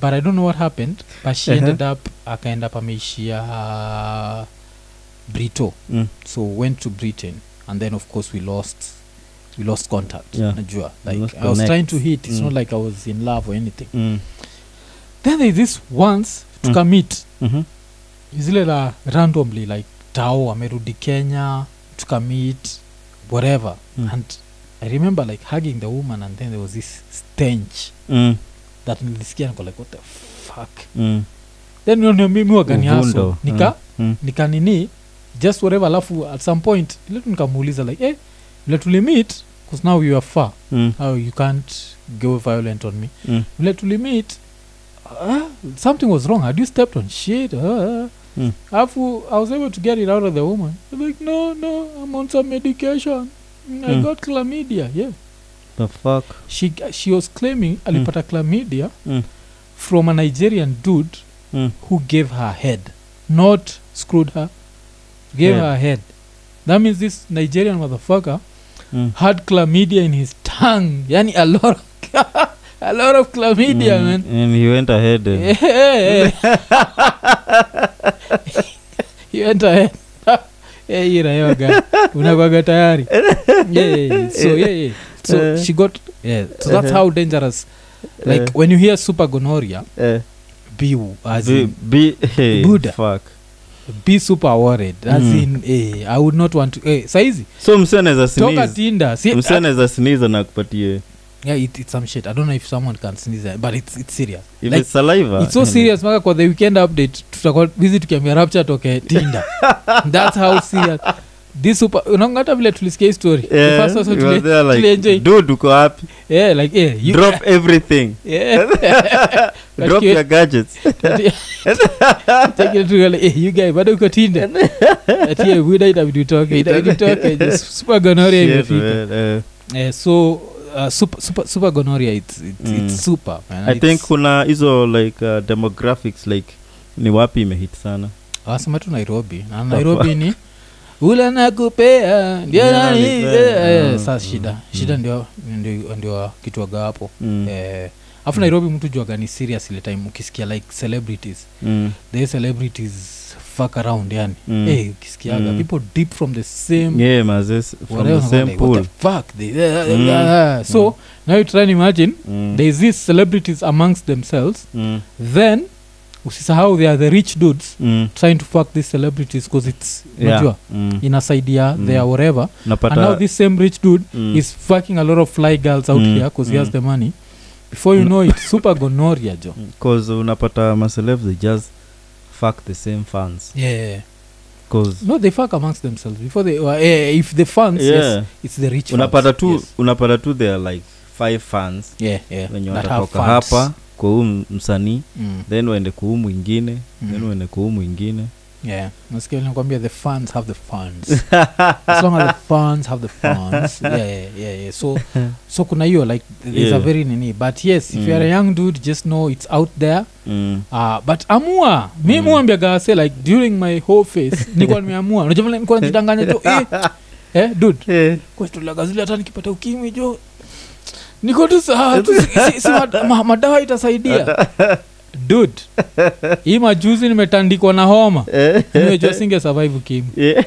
but i don't know what happened but she
Uh-huh.
ended up akaenda pameishia uh, brito
Mm.
so went to britain and then of course we lost we lost contact
Yeah.
najua
We
like
lost
i was
connect.
trying to hit it's
Mm.
not like i was in love or anything
Mm.
then there is this once
Mm.
tukamit
Mhm.
zile la randomly like tao amerudi kenya tukamit whatever
Mm.
and i remember like hugging the woman and then there was this stench
Mm,
that nilisikia niko like what the fuck
mm,
then ndio mimi waganiaso
Uvundo,
nika
mm,
nika nini just whatever alafu at some point ile tu nikamuuliza like eh vile tulimit bcause now you are far
mm,
now Oh, you can't go violent on me
mm,
vile tulimit uh, something was wrong had you stepped on shit uh,
Mm.
alafu i was able to get it out of the woman I'm like no no i'm on some medication Mm, i
Mm.
got chlamydia yeah
the fuck
she, she was claiming alipata chlamydia
Mm.
from a nigerian dude
Mm.
who gave her head not screwed her gave
Head.
her head that means this nigerian motherfucker
Mm.
had chlamydia in his tongue [LAUGHS] yani a lot of, [LAUGHS] a lot of chlamydia
Mm,
man
and he went
[LAUGHS]
ahead and-
Eh, eh, eh. He went [LAUGHS] ahead. Eh, hii raia waga. unakwaga
[LAUGHS]
tayari Yeah, yeah, yeah. so yeah, yeah. so
Eh.
she got yeah. so that's
Uh-huh.
how dangerous like
Eh.
when you hear super gonorrhea
eh,
be w- as
be-
in,
be- hey,
Buddha.
fuck.
be super worried as
Mm.
in eh, i would not want to eh, saizi
so msee anaweza
toka
sneeze
tinda si,
msee anaweza sneeze na akupatie
yeah, it, it's some shit i don't know if someone can sneeze eh, but it's, it's serious
if
Like,
it's saliva
it's so serious mpaka kwa the weekend update tutakuwa busy tukiambia rapture toke
[LAUGHS]
tinda thats how serious this super unaona hata vile tulisikia hii story The
[LAUGHS] yeah,
first also
you were
tuli-
there
tulienjoy.
like dude uko wapi
yeah like yeah, you,
drop everything [LAUGHS]
yeah. But
drop
you-
your
[LAUGHS]
gadgets
Take it to your- eh, you guy bado uko tinda ati eh, buda itabidi utoke itabidi utoke just
[LAUGHS]
super gonorrhea
Shit,
imefika
man, eh.
eh, so uh, super, super, super gonorrhea it's, it's,
Mm.
it's super man.
i think
It's-
kuna hizo like uh, demographics like ni wapi imehit sana
wasema tu nairobi na nairobi ni ule nakupea ndio
Ndio
nani
ananipea.
eh,
Mm,
sasa
mm,
shida
mm.
shida ndio ndio- ndio kitwaga hapo
Mm,
eh, afu nairobi mtu juaga ni serious ile time ukisikia like celebrities
mm,
the celebrities fuck around yani
mm.
Eh, ukisikiaga
Mm.
people deep from the same
Yeah, maze, s- from
whatever,
the same
like, what
pool.
the fuck they, eh,
Mm.
eh, eh. so
Mm.
now you try and imagine
Mm,
there is these celebrities amongst themselves
mm,
then usisahau they are the rich dudes
mm,
trying to fuck these celebrities because it's
yeah,
unajua
mm.
inasaidia
Mm.
their whatever and now
napata
this same rich dude
mm,
is fucking a lot of fly girls out
Mm.
here because he has
Mm.
the money before you
Mm.
know it super gonorrhea jo
'cause unapata maselebs they just fuck the same fans
yeah
'Cause-
no they fuck amongst themselves before they uh, eh, if the fans yes,
yeah
it's the rich
unapata
fans,
tu
yes.
unapata tu there are like five fans
yeah, yeah.
wenye
that have
watatoka
funds.
hapa kwa huu msanii
Mm,
then waende kwa huu mwingine
Mm.
then waende kwa huu mwingine
yeah. Nasikia nakwambia the fans have the funds as long as the fans have the
[LAUGHS]
funds yeah, yeah, yeah, yeah. so so kuna hiyo like there's a
Yeah.
very nini but yes if
Mm.
you're a young dude just know it's out there
mm.
Uh, but amua mi
Mm.
muambiaga se like during my whole face nikuwa nimeamua unajua vile nikuwa najitanganya jo
[LAUGHS]
eh, eh, dud kwetulaga zile hata nikipata ukimwi jo niko tu sawa
[LAUGHS]
tu, si, si, si, ma, ma, madawa itasaidia dud hii majuzi nimetandikwa na homa
Eh,
nimejua singe survive ukimwi
yeah.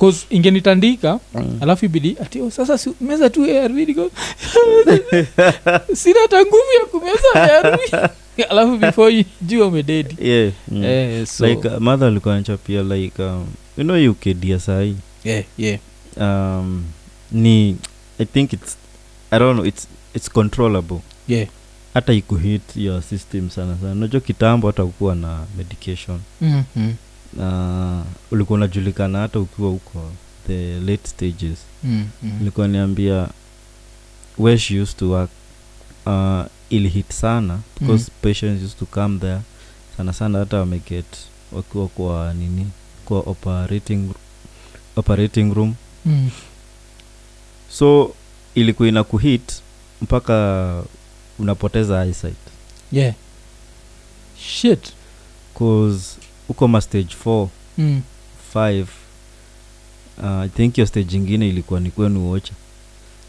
cause ingenitandika
Mm.
alafu ibidi ati "Oh, sasa si, meza tu ARV niko [LAUGHS] sina hata nguvu ya kumeza ARV [LAUGHS] alafu before you- jua umededi
[LAUGHS] Yeah, mm.
eh, so,
like uh, mother alikuwa anachapia like um, you know ukdia sahii
yeah, yeah.
um, ni i think its i don't know its, it's controllable
Yeah.
hata ikuhit your system sana sana unajua kitambo hata ukuwa na medication
Mhm,
na ulikuwa unajulikana hata ukiwa huko the late stages
mhm, mhm.
ilikuwa niambia where she used to work uh, ilihit sana because
Mhm.
patients used to come there sana sana hata wameget wakiwa kwa nini kwa operating, operating room
Mm.
so ilikuwa ina kuhit mpaka unapoteza eyesight
Yeah. Shit.
cause uko ma stage 4
Mm.
5 uh, i think hiyo stage ingine ilikuwa ni kwenu [LAUGHS] wocha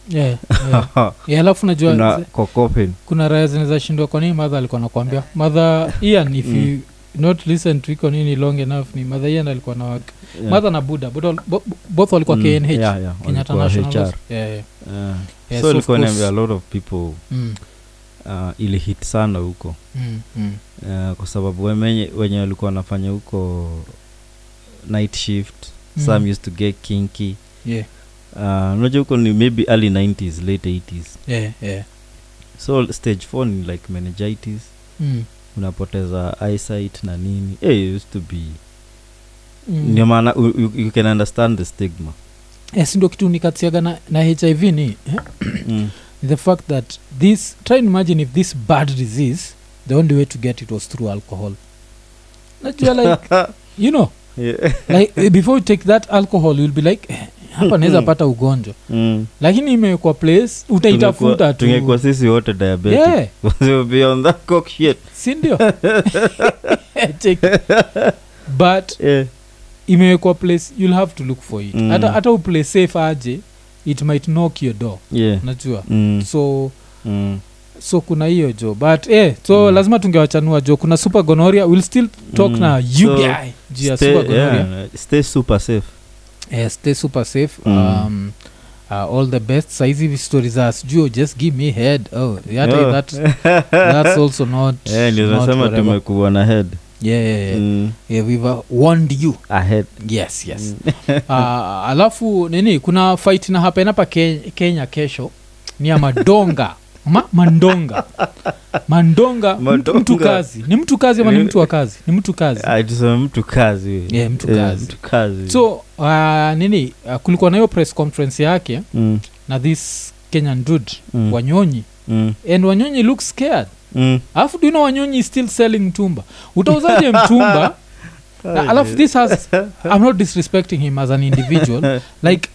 Yeah,
[LAUGHS]
yeah. Yeah, alafu najua
una
zi-
kokopen
kuna raya zinaweza shindwa kwa nini madha alikuwa nakwambia madha ian if
Mm.
you not listen to iko nini long enough ni madha ian alikuwa na wak
Yeah.
madha na buda Buda wal- bo- bo- both walikuwa
Mm,
knh
yeah, yeah,
kenyatta
walikuwa
national
HR.
House. Yeah, yeah.
Yeah.
Yes,
so
of
ilikuwa
course.
niambia a lot of people
Mm,
uh, ilihit sana huko
mm, mm.
uh, kwa sababu wenye, wenye walikuwa wanafanya huko night shift mm. some used to get kinky
Yeah,
uh, unajua huko ni maybe early 90s late 80s
yeah, yeah.
so stage 4 ni like meningitis
Mm,
unapoteza eyesight na nini hey, it used to be
mm.
ndio maana you, you, you can understand the stigma
Eh, si ndio kitu nikatiaga na, na hiv ni eh? [LAUGHS]
mm.
the fact that this try and imagine if this bad disease the only way to get it was through alcohol najua
[LAUGHS]
like you know
yeah.
like eh, before you take that alcohol you'll be like eh, hapa naweza
Hmm.
pata ugonjwa
mm.
lakini imewekwa place utaitafuta
Tungekuwa-
tu
tungekuwa sisi wote diabetic
yeah
We'll [LAUGHS] be on that coke shit [LAUGHS]
sindio Check. but
yeah.
imewekwa place you'll have to look for it
Mm.
hata hata uplay safe aje it might knock your door
Yeah.
najua
Mm.
so
Mm.
so kuna hiyo jo but eh, so
Mm.
lazima tungewachanua jo kuna super gonoria will still talk
Mm.
na
So,
ubi juu ya
Stay-
super gonorrhea.
yeah, stay super safe
Eh, stay super safe
Mm.
um, uh, all the best saizi stori za sijui just give me head oh, hata
Yeah.
that, that's also
[LAUGHS]
not,
Eh, ndio
not
nasema
whatever.
tumekuwa na head
yeah, yeah, yeah.
Mm.
Yeah, we've uh, warned you
A head.
yes yes
Mm.
[LAUGHS] Ah, alafu nini kuna fight na happen hapa Ke- kenya kesho ni ya madonga [LAUGHS] Ma, mandonga mandonga mtu,
Madonga.
mtu kazi ni mtu kazi ama ni mtu wa kazi ni mtu kazi
Ah, tuseme mtu kazi we.
Yeah, mtu
Yeah,
kazi.
mtu kazi.
so ah, nini ah, kulikuwa na hiyo press conference yake
Mm,
na this kenyan dude
mm,
wanyonyi
mm,
and wanyonyi look scared
mm.
alafu do you know wanyonyi is still selling mtumba utauzaje
[LAUGHS]
mtumba
Oh,
Na alafu this has i'm not disrespecting him as an
[LAUGHS]
individual like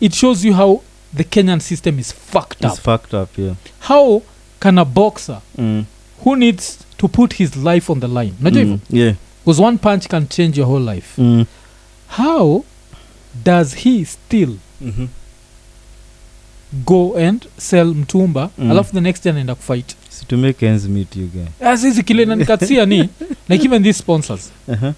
it shows you how the kenyan system is fucked up
It's fucked up, yeah.
how can a boxer
Mm,
who needs to put his life on the line najua
mm, yeah.
because one punch can change your whole life
Mm,
how does he still
mm-hmm.
go and sell mtumba
Mm.
mm. alafu the next day anaenda kufight
situmie kens meet you guy
sisi kile nanikatsia ni [LAUGHS] like even these sponsors
uh-huh.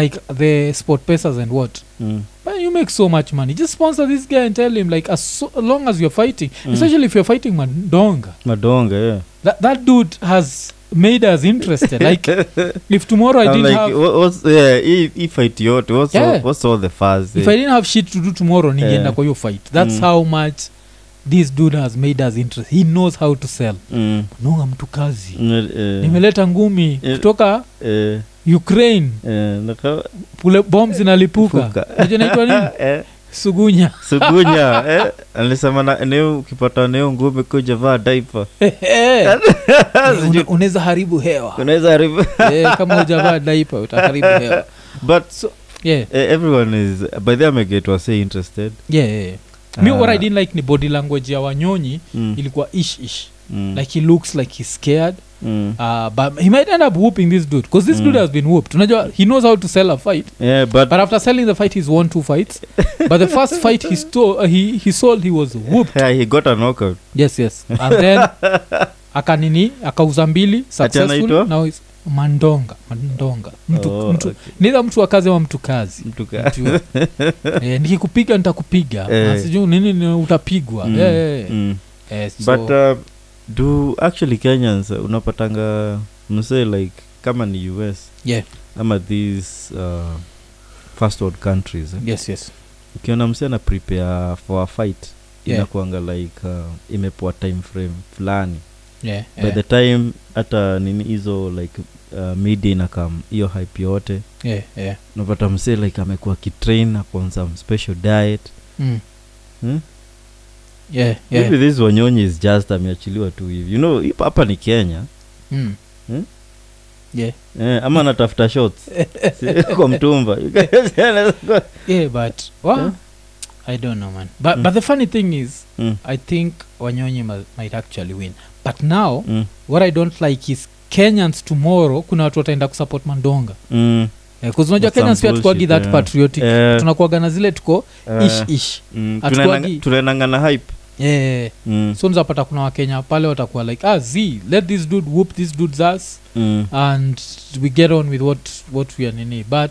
like the sport pesas and what
mm.
but you make so much money just sponsor this guy and tell him like as so, long as you're fighting
Mm.
mm. especially if you're fighting madonga
madonga yeah.
that, that dude has made us
[LAUGHS]
interested [LAUGHS] like if tomorrow i
I'm
didn't
like, "Oh,
have
what- what's, yeah, hii- hii fight yote what's, all,
Yeah.
what's all the fuzz
if
eh?
i didn't have shit to do tomorrow ningeenda
Yeah.
kwa hiyo fight that's
Mm.
how much this dude has made us interest he knows how to sell
mm.
nonga mtu kazi
Not, eh,
nimeleta ngumi
Yeah.
kutoka
eh,
ukraine
eh, naka-
pule bom zinalipuka
Puka.
najua naitwa
[LAUGHS]
nini
eh,
sugunya
sugunya [LAUGHS] eh, alisema na eneo ukipata eneo nguo umekuja vaa diaper.
[LAUGHS] Una- unaweza haribu
[LAUGHS]
hewa
unaweza haribu-
Eh, kama ujavaa daipa utaharibu hewa
but
yeah,
eh, everyone is by the time I get was say interested
yeah, yeah. mi what
Ah,
i didn't like ni body language ya wanyonyi
mm,
ilikuwa ish ish
mm,
like he looks like he's scared
mm.
uh, but he might end up whooping this dude because this mm.
Mm.
dude has been whooped unajua he knows how to sell a fight
yeah but
but after selling the fight he's won two fights but the first fight he, stole, uh, he, he sold he was whooped
yeah, he got a knockout
yes yes and
[LAUGHS]
then akanini akauza mbili successful
anaitwa?
now is mandonga mandonga mtu,
Oh,
mtu,
okay.
neither mtu wa kazi ama mtu kazi
Mtu ka-
Mtu-
[LAUGHS]
eh, nikikupiga nitakupiga
Eh.
eh. sijuu nini ni utapigwa
Mm,
eh, eh,
mm.
eh, so,
but uh, do actually kenyans uh, unapatanga msee like kama ni us
Yeah.
ama these uh, first world countries eh?
yes yes
ukiona msee ana prepare for a fight
Yeah.
inakuanga like uh, imepoa time frame fulani
yeah,
by
yeah,
the time hata nini hizo like uh, media inakam hiyo hype yote
yeah, yeah.
unapata msee like amekuwa kitrain ako on some special diet
Mm.
Hmm?
Yeah,
yeah.
yeah.
maybe this wanyonyi is just ameachiliwa tu hivi you know hip- hapa ni kenya
Mm.
Hmm?
Yeah.
eh, ama
[LAUGHS]
anatafuta shots Si- kwa mtumba You guys- [LAUGHS]
Yeah, but well,
Yeah.
I don't know, man. But
Mm.
but the funny thing is,
Mm,
I think Wanyonyi ma- might actually win. But now,
mm,
what I don't like is Kenyans tomorrow kuna watu wataenda kusupport Mandonga.
mm.
Eh, 'cause unajua
That's some
Kenyans pia tukwagi
bullshit,
that
yeah.
patriotic.
Eh,
Tunakuwaga na zile tuko
eh,
ish ish.
mm,
hatukuagi-
tunaenanga- tunaenangana hype
Yeah.
Mm,
So mzapata kuna Wakenya pale watakuwa like, ah, Z, let this dude whoop this dude's ass.
mm,
and we get on with what what we are nini but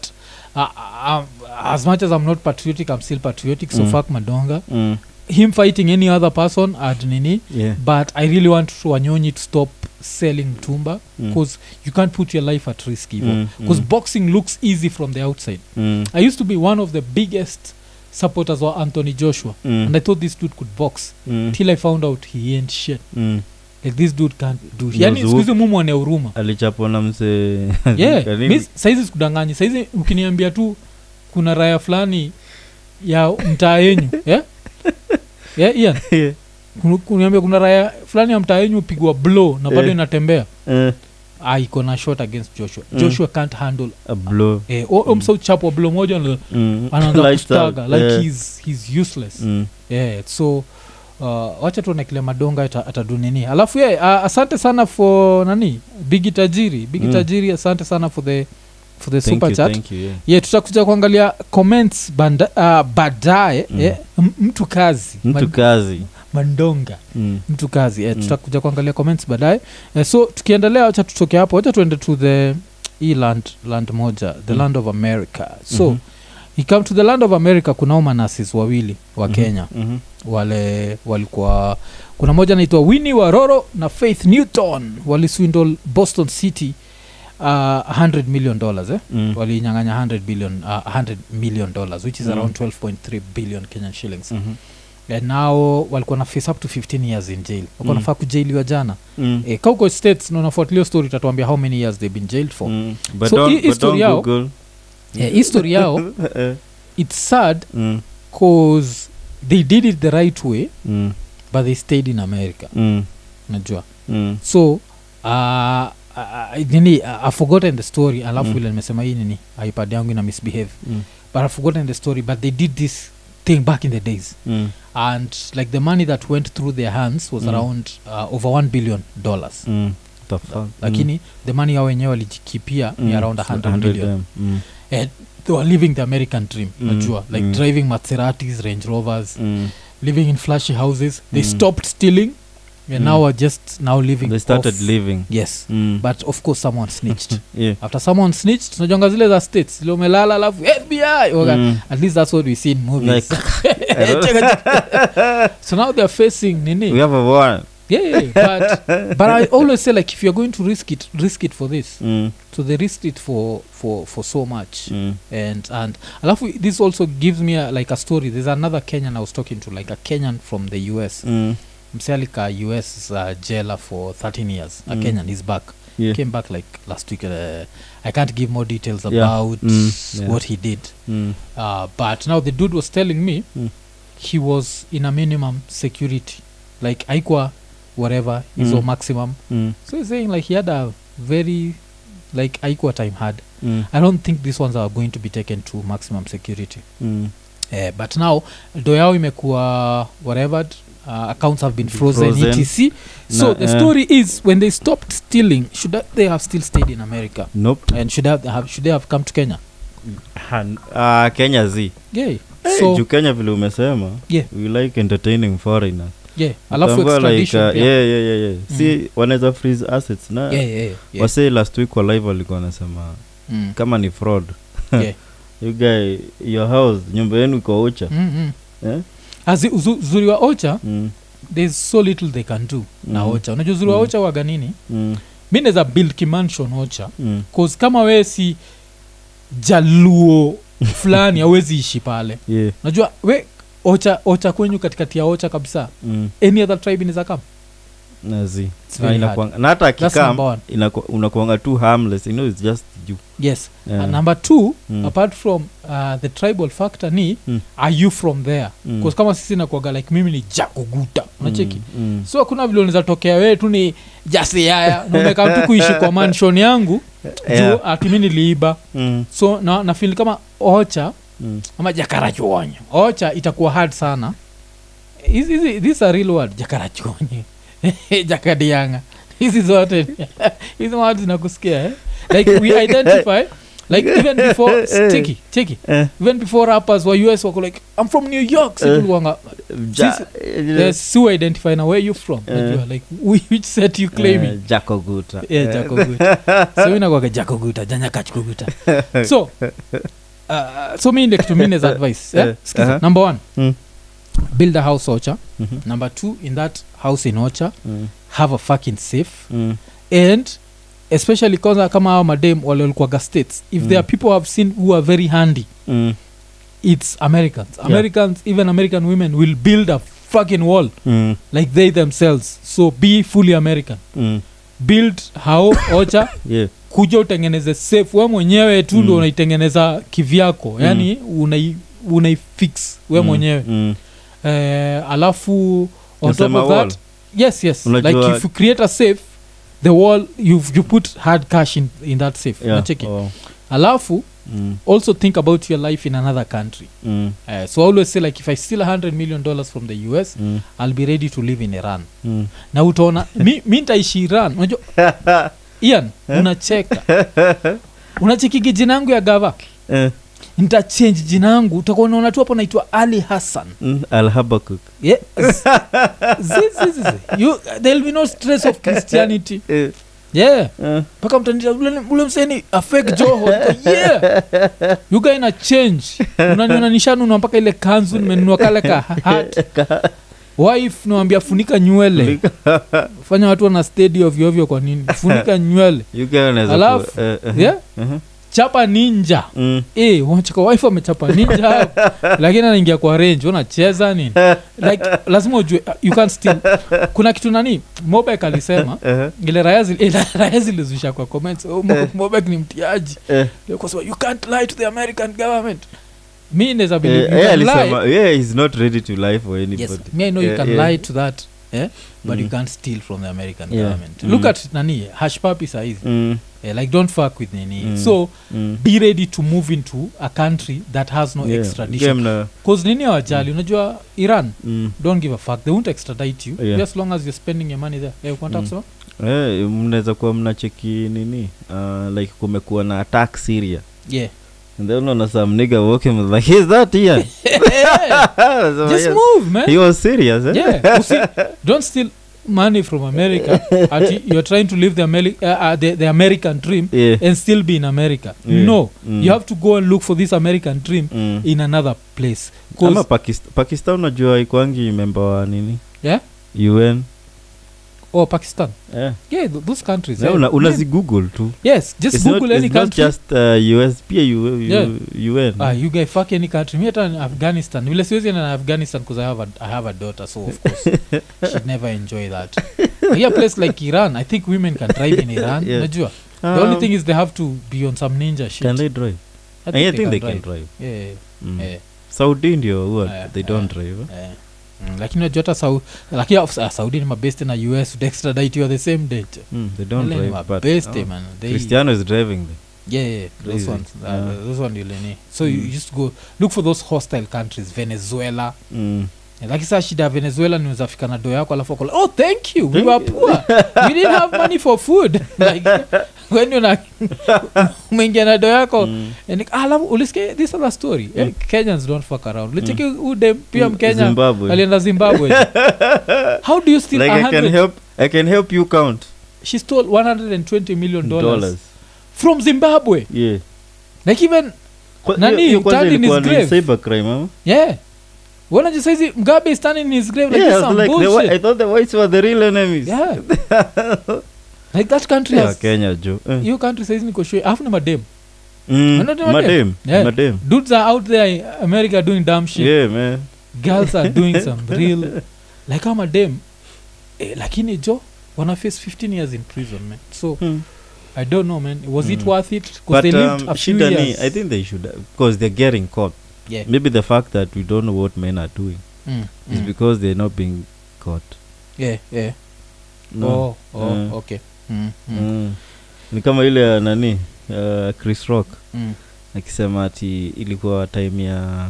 uh, um, as much as i'm not patriotic i'm still patriotic so
Mm.
mm. fuck madonga
mm,
him fighting any other person ad nini
yeah,
but i really want wanyonyi to stop selling mtumba
mm,
because you can't put your life at risk hivo
mm,
because
mm,
boxing looks easy from the outside
mm,
i used to be one of the biggest supporters of anthony joshua
mm,
and i thought this dude could box
mm,
till i found out he ain't shit
mm.
like this dude can't do
He
yani
was
skuizi mumwone
[LAUGHS]
huruma
alichapwa na msee [LAUGHS]
yeah
kanini?
mi saizi sikudanganyi saizi ukiniambia tu kuna raya fulani ya mtaa
[LAUGHS]
yenyu yeah? yeah, Ian?
Yeah.
Kuni- kuniambia kuna raya fulani ya mtaa yenyu upigwa blow na bado
Eh.
inatembea
Eh,
ah, iko na shot against joshua
Mm.
joshua can't handle
a blow
eh, o- o
Mm.
msa uchapwa blow moja na-
Mm, [LAUGHS]
anaanza
lights out,
kustaga like
yeah.
he's, he's useless
Mm,
yeah, so uh, wacha tuone kile madonga ata- atadu nini alafu ye uh, asante sana for nani bigi tajiri bigi
Mm.
tajiri asante sana for the for the
thank
super
you,
chat
thank you, yeah.
ye tutakuja kuangalia comments banda, uh, baadaye
Mm.
eh, m- mtu kazi
mtu
Man-
kazi
mandonga
Mm,
mtu kazi eh,
Mm.
tutakuja kuangalia comments baadaye eh, so tukiendelea wacha tutoke hapo wacha tuende to the hii land, land moja the
Mm.
land of america so
Mhm.
ikam to the land of america kunao manasis wawili wa
mhm,
kenya
mhm.
wale walikuwa kuna moja anaitwa winnie waroro na faith newton waliswindle boston city uh, 100 million dollars eh?
Mm,
walinyang'anya 100 billion uh, 100 million dollars which is
Mm.
around 12.3 billion kenyan shillings
mhm,
and now Eh, walikuwa na face up to 15 years in jail walikuwa
Mm.
nafaa kujailiwa jana
mm,
e, kauko states nafuatilia story tatuambia how many years they've been jailed for
mm. But
So,
don't-
hii- hii
but
story
don't
yao-
Google.
yeah, history yao
Eh,
it's sad
mm,
cause they did it the right way
mm,
but they stayed in america
mm,
najua
mm.
so uh, uh, nini uh, i've forgotten the story alafu
Mm.
mm. ile nimesema hii nini ipad yangu ina misbehave
Mm,
but i've forgotten the story but they did this thing back in the days
mm,
and like the money that went through their hands was
Mm.
mm. around uh, over 1 billion dollars mm.
mm. The fuck?
lakini the money yao wenyewe walijikipia
Mm,
ni around
so
100 billion
mm,
eh, they were living the american dream
Mm,
najua like
mm.
driving maseratis range rovers
mm.
living in flashy houses they
Mm.
stopped stealing and
Mm.
now are just now living
they started
off.
living
yes
mm.
but of course someone
[LAUGHS]
snitched
yeah.
after someone snitched tunajonga zile za states zile umelala alafu fbi Waga-
Mm.
at least that's what we see in Oh, [LAUGHS] movies
Like- [LAUGHS]
so now they're facing nini
we have a war
yeah, yeah, yeah. but, but i always say like if you're going to risk it risk it for this
mm.
so they risked it for for for so much
Mm.
and and alafu this also gives me a, like a story there's another kenyan i was talking to like a kenyan from the us
Mm.
msealika us uh, jailer for 13 years a
Mm.
kenyan is back
Yeah.
came back like last week uh, i can't give more details
Yeah.
about
Mm, yeah.
what he did
Mm.
uh, but now the dude was telling me
Mm.
he was in a minimum security like aikwa whatever is mm.
Mm.
maximum
Mm.
so he's saying like he had a very like aikwa time hard
Mm.
i don't think these ones are going to be taken to maximum security
Mm.
eh, but now do yao imekuwa whatever uh, accounts have been
Been
frozen,
frozen.
etc so
Na-
the
eh.
story is when they stopped stealing should that they have still stayed in america
nope
and should, have, have, should they have come to kenya
uh, kenya z
yeah
so, juu
so
kenya vile umesema
Yeah.
we like entertaining foreigners
yeah alafu
Tambua
extradition
like,
pia.
uh,
Mm.
yeah, yeah, yeah, yeah. si wanaweza freeze assets na
Yeah, yeah, yeah, yeah.
wasee last week wa live walikuwa wanasema [LAUGHS]
Mm.
kama ni fraud
Yeah.
you guy your house nyumba yenu iko ucha
Mm, mm.
eh?
As i- uzu- uzuri wa ocha
mm.
there's so little they can do na
Mm.
ocha unajua uzuri wa
Mm.
ocha waga nini
Mm.
mi naweza build kimansion ocha
Mm.
cause kama wee si jaluo fulani awezi ishi pale
Yeah.
unajua we ocha ocha kwenyu katikati ya ocha kabisa
Mm.
any other tribe inaweza kam
Na zi.
It's
Na
very hard.
inakuanga- na hata
That's number
akikam
one.
unakuanga too harmless you know it's just you
yes
Yeah.
And number two
Mm.
apart from uh, the tribal factor ni
Mm.
are you from there
Mm.
'Cause kama sisi nakuaga like mimi ni jakuguta unacheki
Mm. Mm.
so hakuna vile unaweza tokea wewe tu ni jasiaya namekaa tu kuishi kwa manshon yangu
[LAUGHS] Yeah.
juu atimi niliiba
Mm.
so na, na feel kama ocha
Mm.
ama jakarachuonye ocha itakuwa hard sana Hizi- hizi- these are real word [LAUGHS] jakarachuonye jakadianga hizi zote [LAUGHS] ni- hizi word zinakusikia eh? like
[LAUGHS]
we identify like even before cheki cheki
Eh.
even before rappers wa us wako like i'm from new york
Eh.
situlwanga
Ja-
yes who identify now where you from
Eh.
Najua, like whi- which set you claiming
Eh, Jack Oguta.
yeah, jakoguta so inakuwaga jakoguta janyakachukoguta so uh, so mi ndio kitu mi naeza advice yeah?
Eh,
Sikiza.
aha.
number one
Mm.
build a house ocha
Mhm.
number two in that house in ocha
Mm.
have a fucking safe
Mm.
and especially kwanza kama awa madem waliolikwaga states if
Mm.
there are people i've seen who are very handy
Mm.
it's americans americans even american women will build a fucking wall
Mm.
like they themselves so be fully american
Mm.
build hao ocha
Yeah.
kuja utengeneze safe we mwenyewe tu ndo
Mm.
unaitengeneza kivyako yani unai unaifix we
Mm.
mwenyewe
Mm.
eh, alafu on top
Unasema
of
wall?
that yes yes
Unajua-
like if you create a safe the wall you've, you put hard cash in, in that safe
Yeah.
unacheki
Oh.
alafu
Mm.
also think about your life in another country
Mm.
eh, so i always say like if i steal 100 million dollars from the us
Mm.
i'll be ready to live in iran
Mm.
na utaona mi, mi ntaishi iran unajua ian unacheka unachekigi jina yangu ya gava
Eh.
ntachange jina yangu utakuwa unaona tu hapo naitwa ali hassan
Mm. Al Habakkuk.
Ye- z- z- z- z- z- you- there'll be no stress of christianity
Eh.
yeah
Eh.
mpaka mtanita ule ule mseni afek joho Niko, yeah you guy na change unaniona nishanunua mpaka ile kanzu nimenunua kale ka hat wife nawambia funika nywele fanya watu wana stedi ovyoovyo kwa nini funika nywele
You guy unaweza ku-
Alafu,
eh, eh.
yeah
Mhm.
chapa ninja
Mm.
Eh, unacheka wife amechapa ninja hapo. lakini anaingia kwa range unacheza nini like lazima ujue uh, you can't steal kuna kitu nani mobek alisema
Eh.
ile raya zili- [LAUGHS] eh, raya zilizusha kwa comments oh, Mo- mobek ni mtiaji
Eh.
kwa sababu you can't lie to the american government me naweza believe
Eh,
you
eh,
can lie
alisema yeah, he's not ready to lie for anybody.
yes me i know you
Eh,
can
eh.
lie to that eh? but you
Mm.
can't steal from the american
Yeah.
government
Mm.
look at nani hashpapi saizi
Mm.
eh, like don't fuck with nini
Mm.
so
Mm.
be ready to move into a country that has no
Yeah.
extradition
Game Mm. na-
cause nini awajali unajua iran
Mm.
don't give a fuck they won't extradite you
Yeah.
yeah. as long as you're spending your money there eh, unataka
Mm.
kusema?
Eh, Ah, mnaweza kuwa mnacheki nini uh, like kumekuwa na attack syria
yeah
and then unaona some nigga walking with like he's
[LAUGHS]
that Ian [LAUGHS] Nasema,
just
"Yes."
move man
he was serious eh? [LAUGHS]
yeah usi, don't steal money from america at, you're trying to live the, Ameri- uh, uh, the, the american dream
yeah
and still be in america
Yeah.
no
Mm.
you have to go and look for this american dream
Mm.
in another place 'Cause-
ama pakistan, pakistan unajua ikwangi memba wa nini
Yeah?
un
or pakistan
yeah.
yeah th- those countries
Na
eh?
una,
Yeah.
unazigoogle tu
yes just
It's
google
not,
any
it's not
country
just uh, us pia U, U,
Yeah.
un
Ah, you guy fuck any country me hata in afghanistan vile siwezi enda na afghanistan because I, have a- i have a daughter so of
[LAUGHS]
course she'd never enjoy that yeah place like iran i think women can drive in iran
Yeah.
najua the
Um,
only thing is they have to be on some ninja shit
can they drive
I
i think they can
drive.
drive
Yeah, yeah,
Mm.
yeah,
saudi ndio huwa
Yeah,
they don't drive eh?
yeah. Mm, lakini najua hata Sau- lakini of- ah, saudi ni mabeste na us dextradite you are the same date
Mm, they don't
Wale ni
drive but
mabeste
oh,
man they
cristiano is driving them.
yeah, yeah, yeah, those
Crazy.
ones, uh,
Yeah.
those one really need. so you
Mm.
just go look for those hostile countries venezuela
Mm.
lakini saa shida ya venezuela ni unaweza fika na doo yako alafu akola oh thank you we
Thank
were poor we didn't have money for
[LAUGHS]
food like when you na umeingia na doo yako
Mm.
and like, alafu ulisikia this other story Eh,
Mm.
kenyans don't fuck around licheki ude pia mkenya
Zimbabwe.
alienda
[LAUGHS]
zimbabwe how do you steal
like I can
100?
help I can help you count
she stole 120 million dollars
dollars.
from zimbabwe
Yeah.
like even
Kwa-
Nani,
hiyo- hiyo kwanza
turn in
ilikuwa
his
ni
grave.
cybercrime, ama?
yeah wanajisaizi mgabe is standing in his grave like,
Yeah, I
yeah,
was
some
like, the
bullshit.
whi- I thought the whites were the real enemies. [LAUGHS]
yeah like that country
Yeah,
has,
Kenya, Joe. Eh.
hiyo country saizi nikoshwe afu ni madem
Mm,
Wanaona madem?
madem,
Yeah.
madem.
dudes are out there in america doing dumb shit
Yeah, man.
girls are
[LAUGHS]
doing some real like ama dem eh, lakini jo wana face 15 years in prison man so
Mm.
i don't know man was it
Mm.
worth it because
But,
they lived
um,
a few
shida ni,
years
I think they should because they're getting caught.
yeah
Maybe the fact that we don't know what men are doing
mm.
is
Mm.
because they're not being caught.
yeah yeah
No.
oh, oh
Mm.
okay mm. Mm.
Mm. Ni kama ile ya nani uh, Chris Rock
Mm.
akisema ati ilikuwa time ya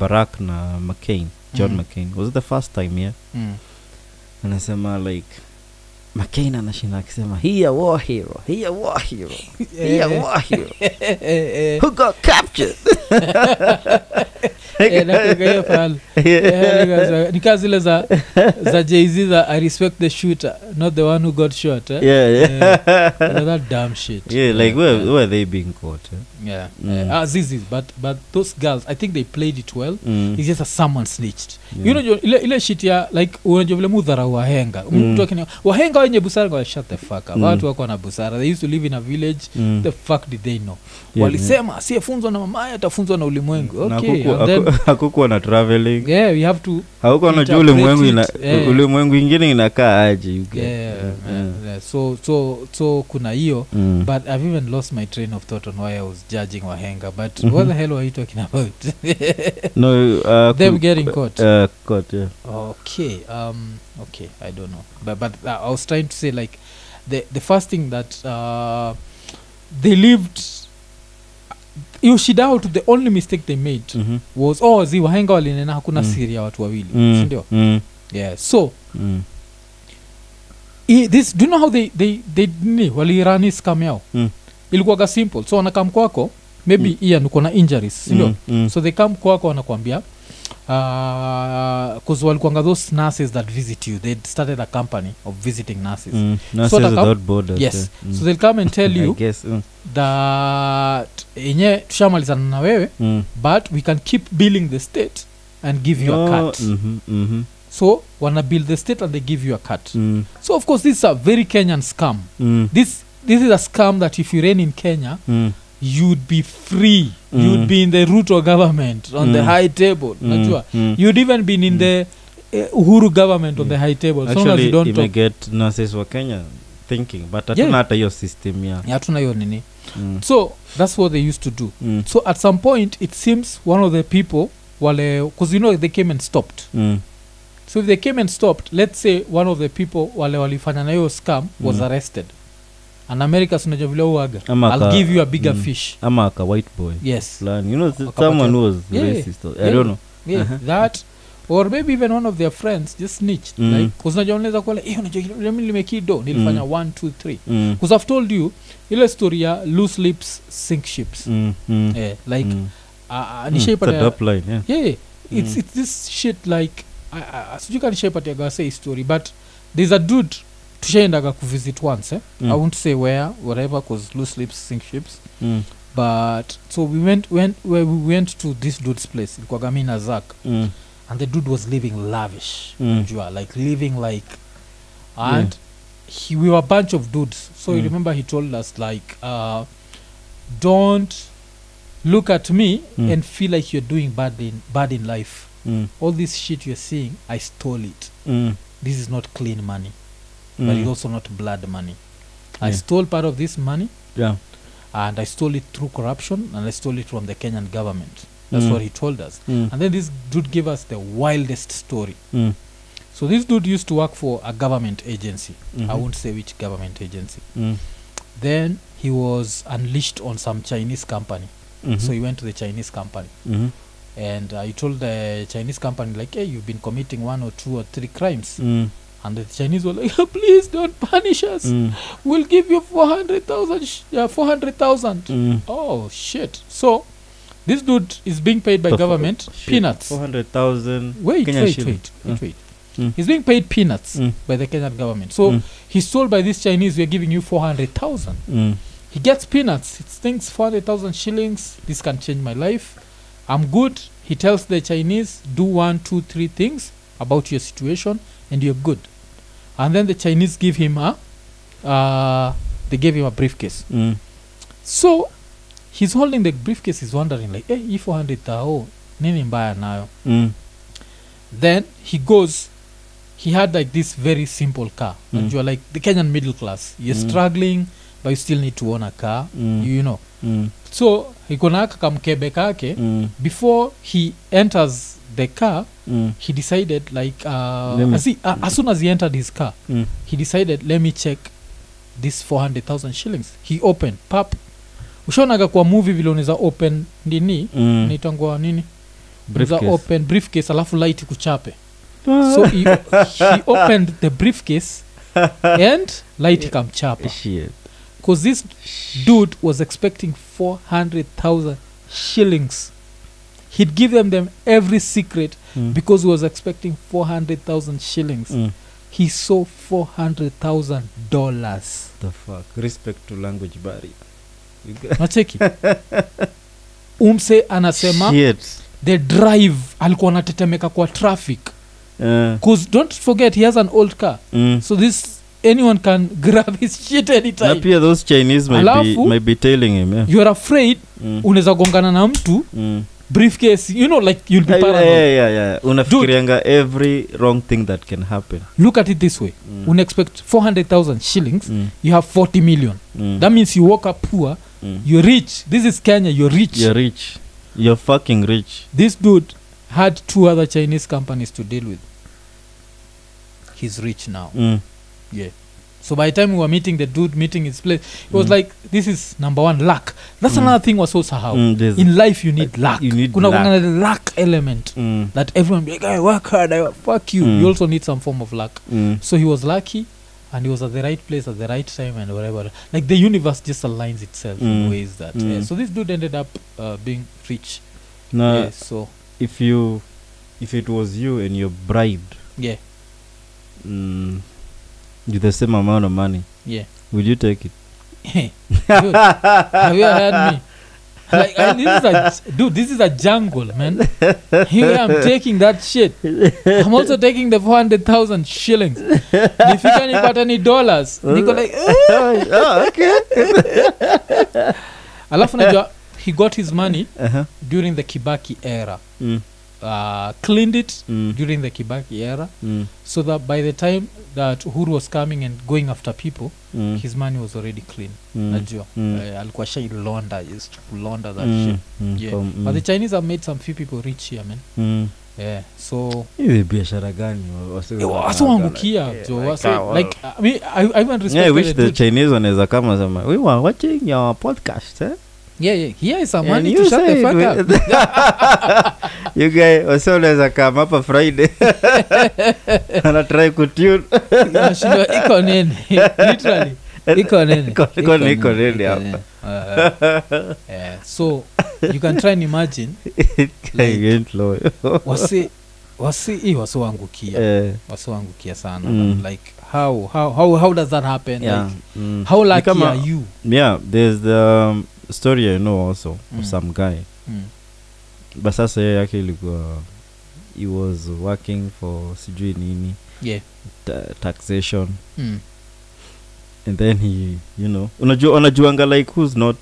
barack na mccain john
Mhm.
mccain was it the first time yeah [LAUGHS]
Mm.
anasema like mccain anashinda akisema he a war hero he a war hero he a
Eh,
war hero
eh, [LAUGHS] eh, eh.
who got captured
[LAUGHS] Eh,
[LAUGHS]
nakumbuka hiyo fahali. Eh, nika- za- nikaa zile za za jz za i respect the shooter not the one who got shot eh?
yeah yeah
You know, that damn shit
[LAUGHS] yeah like where,
eh. yeah,
where are they being caught eh?
yeah.
Mm.
Ah, zizi but but those girls i think they played it well
Mm,
It's just that someone snitched
yeah.
you know jo- ile, ile shit ya like unajua vile mudhara wahenga
Mm.
mtu akini wahenga wenye busara kwa shut the fuck up
Mm.
watu wako na busara they used to live in a village
Mm.
the fuck did they know
Yeah,
walisema asiyefunzwa na mamaye atafunzwa na ulimwengu
Na
okay
hakukuwa-
and then
haku- hakukuwa na traveling
yeah we have to
hakukuwa najua
Interpret
ulimwengu
it,
ina-
yeah.
ulimwengu ingine inakaa aje you get. eh. Mm.
yeah,
Yeah,
man,
yeah.
yeah. so so so kuna hiyo
Mm.
but i've even lost my train of thought on why i was judging wahenga but
Mhm.
what the hell were you talking about
no
[LAUGHS]
uh,
them
ku-
getting caught
uh, caught yeah
okay um okay i don't know but but uh, i was trying to say like the the first thing that uh they lived hiyo shida yao tu the only mistake they made
mm-hmm.
was oh zi wahenga walinena hakuna
Mm.
siri ya watu wawili
mm,
sindio
mm,
yeah so
mm,
i, this do you know how they they they nini walirani scam yao
Mm.
ilikuwaga simple so wanakam kwako maybe mm. ian uko na injuries sindio
mm, mm,
so they come kwako wanakwambia because uh, walikuanga those nurses that visit you they started a company of visiting nurses mm.
mm. Nurses
So taka-
without borders
yes
yeah. mm.
so they'll come and tell
[LAUGHS] I
you
guess, mm,
that yenye tushamalizana na wewe
mm.
but we can keep billing the state and give you a
Oh,
cut
mhm, mhm,
so wana bill the state and they give you a cut
mm,
so of course this is a very kenyan scam
mm,
this this is a scam that if you reign in kenya
mm,
you'd be free
Mm.
you'd be in the ruto government on the
Mm.
high table
mm,
najua
mm.
you'd even been in
Mm.
the uh, uhuru government on
Mm.
the high table as long as
Actually,
you don't talk
imeget nurses wa kenya thinking but hatuna
Yeah.
hata hiyo system ya
Yeah, hatuna hiyo nini
mm,
so that's what they used to do
mm,
so at some point it seems one of the people wale because you know they came and stopped
mm,
so if they came and stopped let's say one of the people wale walifanya na hiyo scam was
Mm.
arrested and america sinajua vile uaga
Ama
i'll
aka-
give you a bigger
mm.
fish
ama aka white boy
yes
fulani you know
Wakapatia-
someone who was
Yeah,
racist or- i
yeah.
don't know
yeah,
Uh-huh.
that or maybe even one of their friends just snitched
Mm.
like 'cause unajua unaweza kuwa like, "Eh, unajua kile- mimi limekido nilifanya
Mm.
one two three
Mm,
'Cause i've told you ile story ya loose lips sink ships
mm, mm,
eh, like
mm,
ah, ah,
mm, it's a
nishaipatia
dope line, yeah.
yeah it's,
Mm.
it's this shit like I- I- I- sijui kanishapatiagawasei story but there's a dude tushaendaga kuvisit once eh?
Mm,
i won't say where whatever cause loose lips sink ships
mm,
but so we went, went where we went to this dude's place ilikuwaga mi na zak
mm,
and the dude was living lavish
mm,
jua like living like and he, we were a bunch of dudes so you
Mm.
remember he told us like uh, don't look at me
Mm.
and feel like you're doing bad in bad in life
mm,
all this shit you're seeing i stole it
mm,
this is not clean money but
mm.
it's also not blood money i
Yeah.
stole part of this money
Yeah.
and i stole it through corruption and i stole it from the kenyan government that's
Mm.
what he told us
Mm,
and then this dude gave us the wildest story
mm,
so this dude used to work for a government agency i
mhm,
won't say which government agency
mm,
then he was unleashed on some chinese company
mhm,
so he went to the chinese company
mhm,
and uh, he told the chinese company like hey you've been committing one or two or three crimes
mm,
and the chinese were like [LAUGHS] please don't punish us
mm,
we'll give you 400000 sh- uh, 400000
mm.
oh shit so this dude is being paid by
[LAUGHS] So for-
government
shit,
peanuts
400,000
wait
Kenyan
wait, wait
shilling.
wait
Mm.
wait
Mm.
he's being paid peanuts
Mm,
by the kenyan government so
Mm.
he's told by this chinese we're giving you 400000
mm,
he gets peanuts it thinks 400000 shillings this can change my life i'm good he tells the chinese do one two three things about your situation and you're good and then the chinese give him a uh, they gave him a briefcase
mm,
so he's holding the briefcase he's wondering like "Eh, hey, hii 400000 nini mbaya nayo
mm,
then he goes he had like this very simple car
Mm.
and you're like the kenyan middle class you're
Mm.
struggling but you still need to own a car
mm,
you know
mm,
so ikonaka kamkebe kake
mm,
before he enters the car
mm,
he decided like uh,
Let me-
as, he, uh, as soon as he entered his car
mm.
he decided let me check this 400000 shillings he opened pap ushaonaga kwa movie vile unaweza open nini
Mm.
naitangwa nini Unaweza
Briefcase. Ah.
open briefcase alafu light kuchape so he, he opened the
[LAUGHS]
briefcase and light ikamchapa
Shit.
because this dude was expecting 400000 shillings he'd give them them every secret
Mm,
because he was expecting 400000 shillings
mm.
he saw 400000 dollars
the fuck respect to language barrier You
[LAUGHS]
got- [LAUGHS]
nacheki umse anasema
Shit.
the drive alikuwa anatetemeka kwa traffic
Uh,
because don't forget he has an old car
mm.
so this anyone can [LAUGHS] grab his shit
na
anytime
pia those chinese might be,
Alafu-
might be tailing him yeah.
you're afraid
mm.
unaweza gongana na mtu
Mm.
briefcase you know like you'll be
Yeah, yeah,
paranoid
yeah, yeah. unafikirianga every wrong thing that can happen
look at it this way
Mm,
una expect 400000 shillings
mm,
you have 40 million
mm,
that means you woke up poor
mm.
you're rich this is kenya you're rich
you're rich you're fucking rich
this dude had two other chinese companies to deal with he's rich now
mm.
yeah so by the time we were meeting the dude meeting his place it was
Mm.
like this is number one luck that's
Mm.
another thing was so sahau
Mm, there's-
in life you need luck
you need
kuna
luck.
kuna luck element
mm,
that everyone be like i work hard I work. fuck you
Mm.
you also need some form of luck
mm,
so he was lucky and he was at the right place at the right time and whatever like the universe just aligns itself in
Mm.
ways that
Mm. Uh.
yeah. so this dude ended up uh, being rich
na
yeah, so
if you if it was you and you're bribed
yeah
mm, with the same amount of money
yeah [LAUGHS]
would you take it
Dude, have you heard me? Like, I, this is a, dude, this is a jungle, man. Here
[LAUGHS]
I'm taking that shit. I'm also taking the 400,000 shillings. Nifika nipata ni dollars.
Uh.
Niko like, "Eh."
oh, okay.
alafu najua he got his money
uh-huh.
during the Kibaki era.
mm,
Uh, cleaned it
mm,
Mm-hmm. during the Kibaki era
mm,
so that by the time that Uhuru was coming and going after people,
mm,
his money was already clean.
mm,
Najua.
mm.
Eh, alikuwa shailonda, used to launder that shit.
mm, mm,
Yeah.
com-
but the
mm,
chinese have made some few people rich here man
mm.
yeah so
hizi biashara gani wa- wase-
Eh, wasiwangukia jo wasi
ah,
like i mean i, I even
Yeah, I
respect
wish
the
the
dude.
Chinese wanaweza kama sema we were watching your podcast eh?
yeah, yeah. here is some
And
money
you
to shut the
said
fuck
[LAUGHS]
up [LAUGHS]
we- [LAUGHS] you guy wase unaweza kam
[LAUGHS]
hapa friday anatrai kutune
nashindwa iko
[LAUGHS]
nini literally iko nini
Iko- [LAUGHS] iko-
Iko nini,
iko nini
iko
hapa?
nini. Ah, ah. Eh, so you can try and imagine wasi wasi i
[LAUGHS]
wasioangukia wasioangukia sana
Eh. Mm.
like how, how, how, how does that happen like, how lucky
Nikama-
are you
Mm. yeah there's the um, story i know also
Mm.
of some guy
mm.
but sasa yeye yake ilikuwa uh, he was working for sijui nini
yeah
ta- taxation
mm.
and then he you know unajua unajuanga like who's not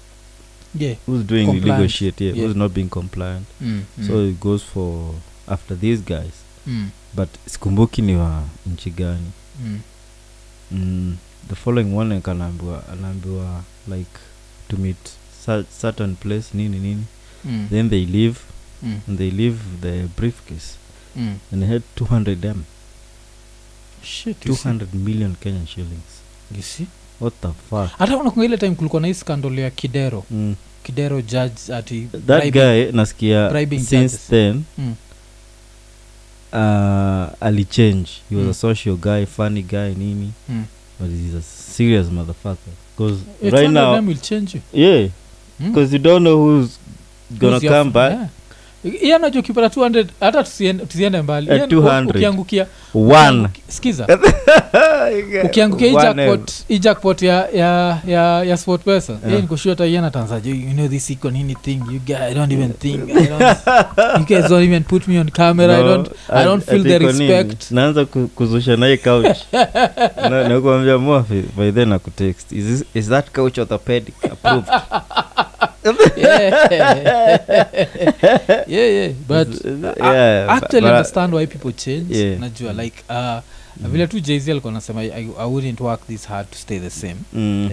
yeah
who's doing illegal
Compliant.
shit yeah,
Yeah.
who's not being compliant
mm. mm.
so he goes for after these guys
mm.
but sikumbuki ni wa nchi gani
Mm.
mm, the following morning anaambiwa anaambiwa like to meet cer- certain place nini nini
Mm.
then they leave
mm.
and they leave the briefcase
mm.
and they had 200 m
shit you see.
200 million kenyan shillings
You see
what the fuck
hata unakunga ile time kulikuwa na hii scandal ya kidero
mm.
kidero judge ati
that
bribing.
guy nasikia
bribing
since
judges.
then
Mm.
uh, alichange he was
Mm.
a social guy funny guy nini
Mm.
but he's a serious motherfucker because
Eh,
right
200
now
them will change you.
yeah
Mm.
because you don't know who's gonna
Who's your
come
friend?
back
Yeah. Iye anajua ukipata 200 hata tusiende- tusiende mbali
At
Iye
200.
ukiangukia [LAUGHS]
one [LAUGHS]
skiza ukiangukia hii jackpot- hii jackpot ya ya ya, ya sport pesa yeah.
Yeah.
nikoshua hata yana tanzania you know this iko nini thing you guys I don't even think I don't, you guys don't even put me on camera I don't I don't feel the respect.
[LAUGHS] naanza ku- kuzusha naye
[LAUGHS]
couch Na- nakuambia mwafi by then akutext is, this- is that couch orthopedic
[LAUGHS]
approved
yeah yeah yeah but
Is-
I
yeah,
actually
but-
understand why people change
Yeah.
najua like uh, vile tu jz alikuwa anasema I, I I wouldn't work this hard to stay the same
Mm,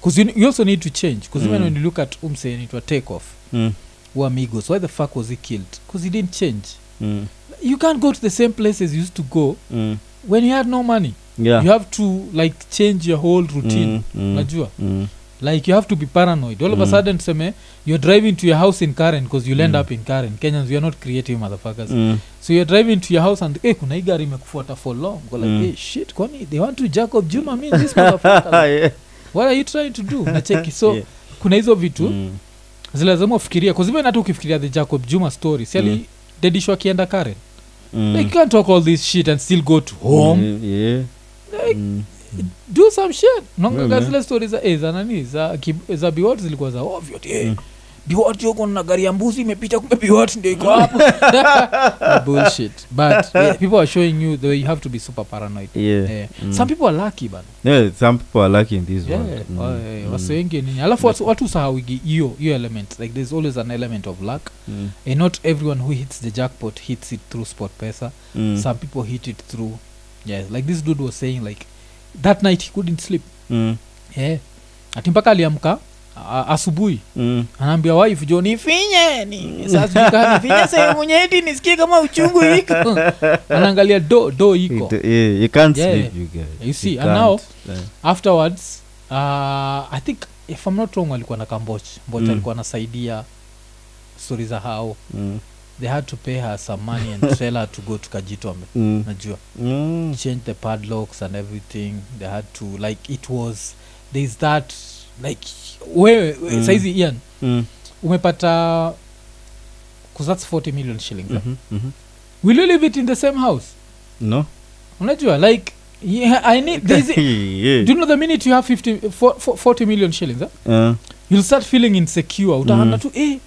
because you, you also need to change because even
Mm.
when you look at um, umse it was take off
mm,
who amigos why the fuck was he killed because he didn't change
mm,
you can't go to the same places you used to go
mm.
when you had no money
Yeah.
you have to like change your whole routine
Mm, mm,
najua
mm,
like you have to be paranoid all of a
Mm.
sudden tuseme you're driving to your house in karen because you'll end
Mm.
up in karen kenyans we are not creative motherfuckers
mm, [LAUGHS]
so you're driving to your house and hey, kuna hii gari imekufuata for long Go like
Mm.
hey, shit kwani they want to jacob juma mean this
[LAUGHS]
motherfucker
Yeah.
what are you trying to do nacheki so
Yeah.
kuna hizo vitu mm.
Mm,
zilazima ufikiria kuzimen hata ukifikiria the jacob juma story si
Mm.
alidedishwa akienda karen
mm,
like, you can't talk all this shit and still go to home
mm, yeah, mm,
do some shit nongaga
Yeah,
zile stori za eh, za nani za, ki- za biwot zilikuwa za ovyo ti
Mm.
eh, biwot yoko na gari ya mbuzi imepita kumbe biwot ndio iko
[LAUGHS]
hapo Ah, bullshit but yeah, people are showing you the way you have to be super paranoid
yeah.
Eh,
Mm.
some people are lucky bana
Yeah, some people are lucky in this
Yeah,
world. Mm,
wa- eh, wase
mm,
wengi nini alafu watu- watu usahawigi hiyo hiyo element like there's always an element of luck
mm,
and not everyone who hits the jackpot hits it through sport pesa
mm,
some people hit it through yeah like this dude was saying like that night he couldn't sleep
mm,
yeah. ati mpaka aliamka a- asubuhi
mm.
anaambia wife jo nifinye
[LAUGHS]
ni sasa nifinye sehemu nyeti nisikie kama uchungu
[LAUGHS]
iko anaangalia do do iko
It- yeah, you can't
Yeah,
sleep,
yeah.
you guys.
You see, and
can't. uh,
now-
Yeah.
afterwards uh, i think if i'm not wrong alikuwa na kamboch mboch
Mm.
alikuwa anasaidia stori za hao
Mm,
they had to pay her some money
[LAUGHS]
and tell her to go to kajitombe
mm,
najua
mm,
change the padlocks and everything they had to like it was there's that like wewe we,
Mm.
saizi ian
mm,
umepata cause that's 40 million shillings mm -hmm.
mhm, mhm.
will you live it in the same house [LAUGHS]
No?
unajua like yeah, i
[LAUGHS]
need there's a-
Yeah.
do you know the minute you have 50, fo- fo- 40 million shillings eh?
Uh,
you'll start feeling insecure utaana
Mm.
tu eh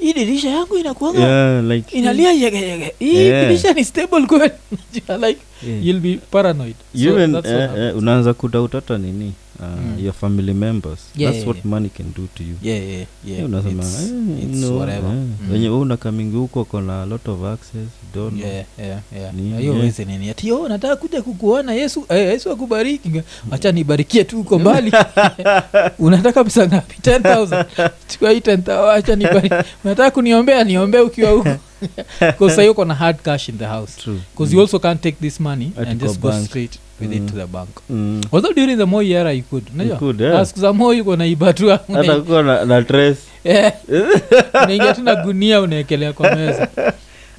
hii dirisha yangu inakuanga
yeah, like-
inalia yegeyege hii
Yeah.
dirisha ni stable kweli [LAUGHS] Unajua, like
Yeah.
you'll be paranoid so
Even,
that's
eh,
what
eh,
happens.
unaanza kudoubt hata nini uh,
Mm.
your family members
Yeah,
that's
yeah,
what
yeah.
money can do to you
yeah, yeah,
Eh,
yeah.
unasema
It's-
eh,
it's
no,
whatever.
eh,
Mm.
wenye wewe unakamingi huko kona a lot of access you don't know.
Yeah, yeah, yeah.
Ni- eh.
Na hiyo
yeah.
wezi nini ati "Oh, nataka kuja kukuona yesu eh, yesu akubariki Nga, acha nibarikie tu uko
[LAUGHS]
mbali unataka pesa
[LAUGHS]
ngapi 10000 chukua hii 10000 acha nibariki unataka kuniombea niombee ukiwa huko because sahi uko na hard cash in the house
true
because you also can't take this money
Mm. Ati
and
kwa
just go
bank.
straight with it
Mm.
to the bank
Mm.
although during the moi era you could unajua?
You could, yeah.
Na siku za moi uko na ibatua
hata kuwa na, na dress
[LAUGHS] unaingia Eh. tu na gunia unaekelea kwa meza Eh,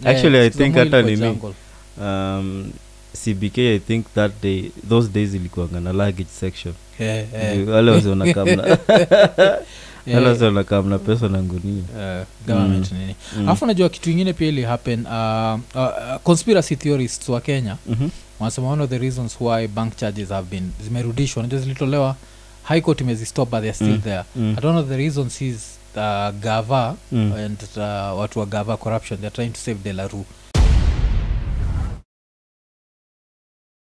Yeah,
[LAUGHS] Actually, I
siku za
think
Moi
hata
ilikuwa
nini,
jungle.
um, cbk i think that day those days ilikuanga na luggage section
Yeah, yeah.
Ju- wale wazee wanakaa mna-
[LAUGHS] Yeah.
wale wazee wanakaa mna pesa na ngunia
Uh, eh, government nini
Mm.
alafu najua kitu ingine pia ili happen uh, uh, uh, conspiracy theorists wa kenya
Mhm.
wanasema one of the reasons why bank charges have been zimerudishwa najua zilitolewa high court imezistop but they're still
Mm.
there
Mm.
and one of the reasons is uh, gava
Mm.
Oh, and uh, watu wa gava corruption they're trying to save de la rue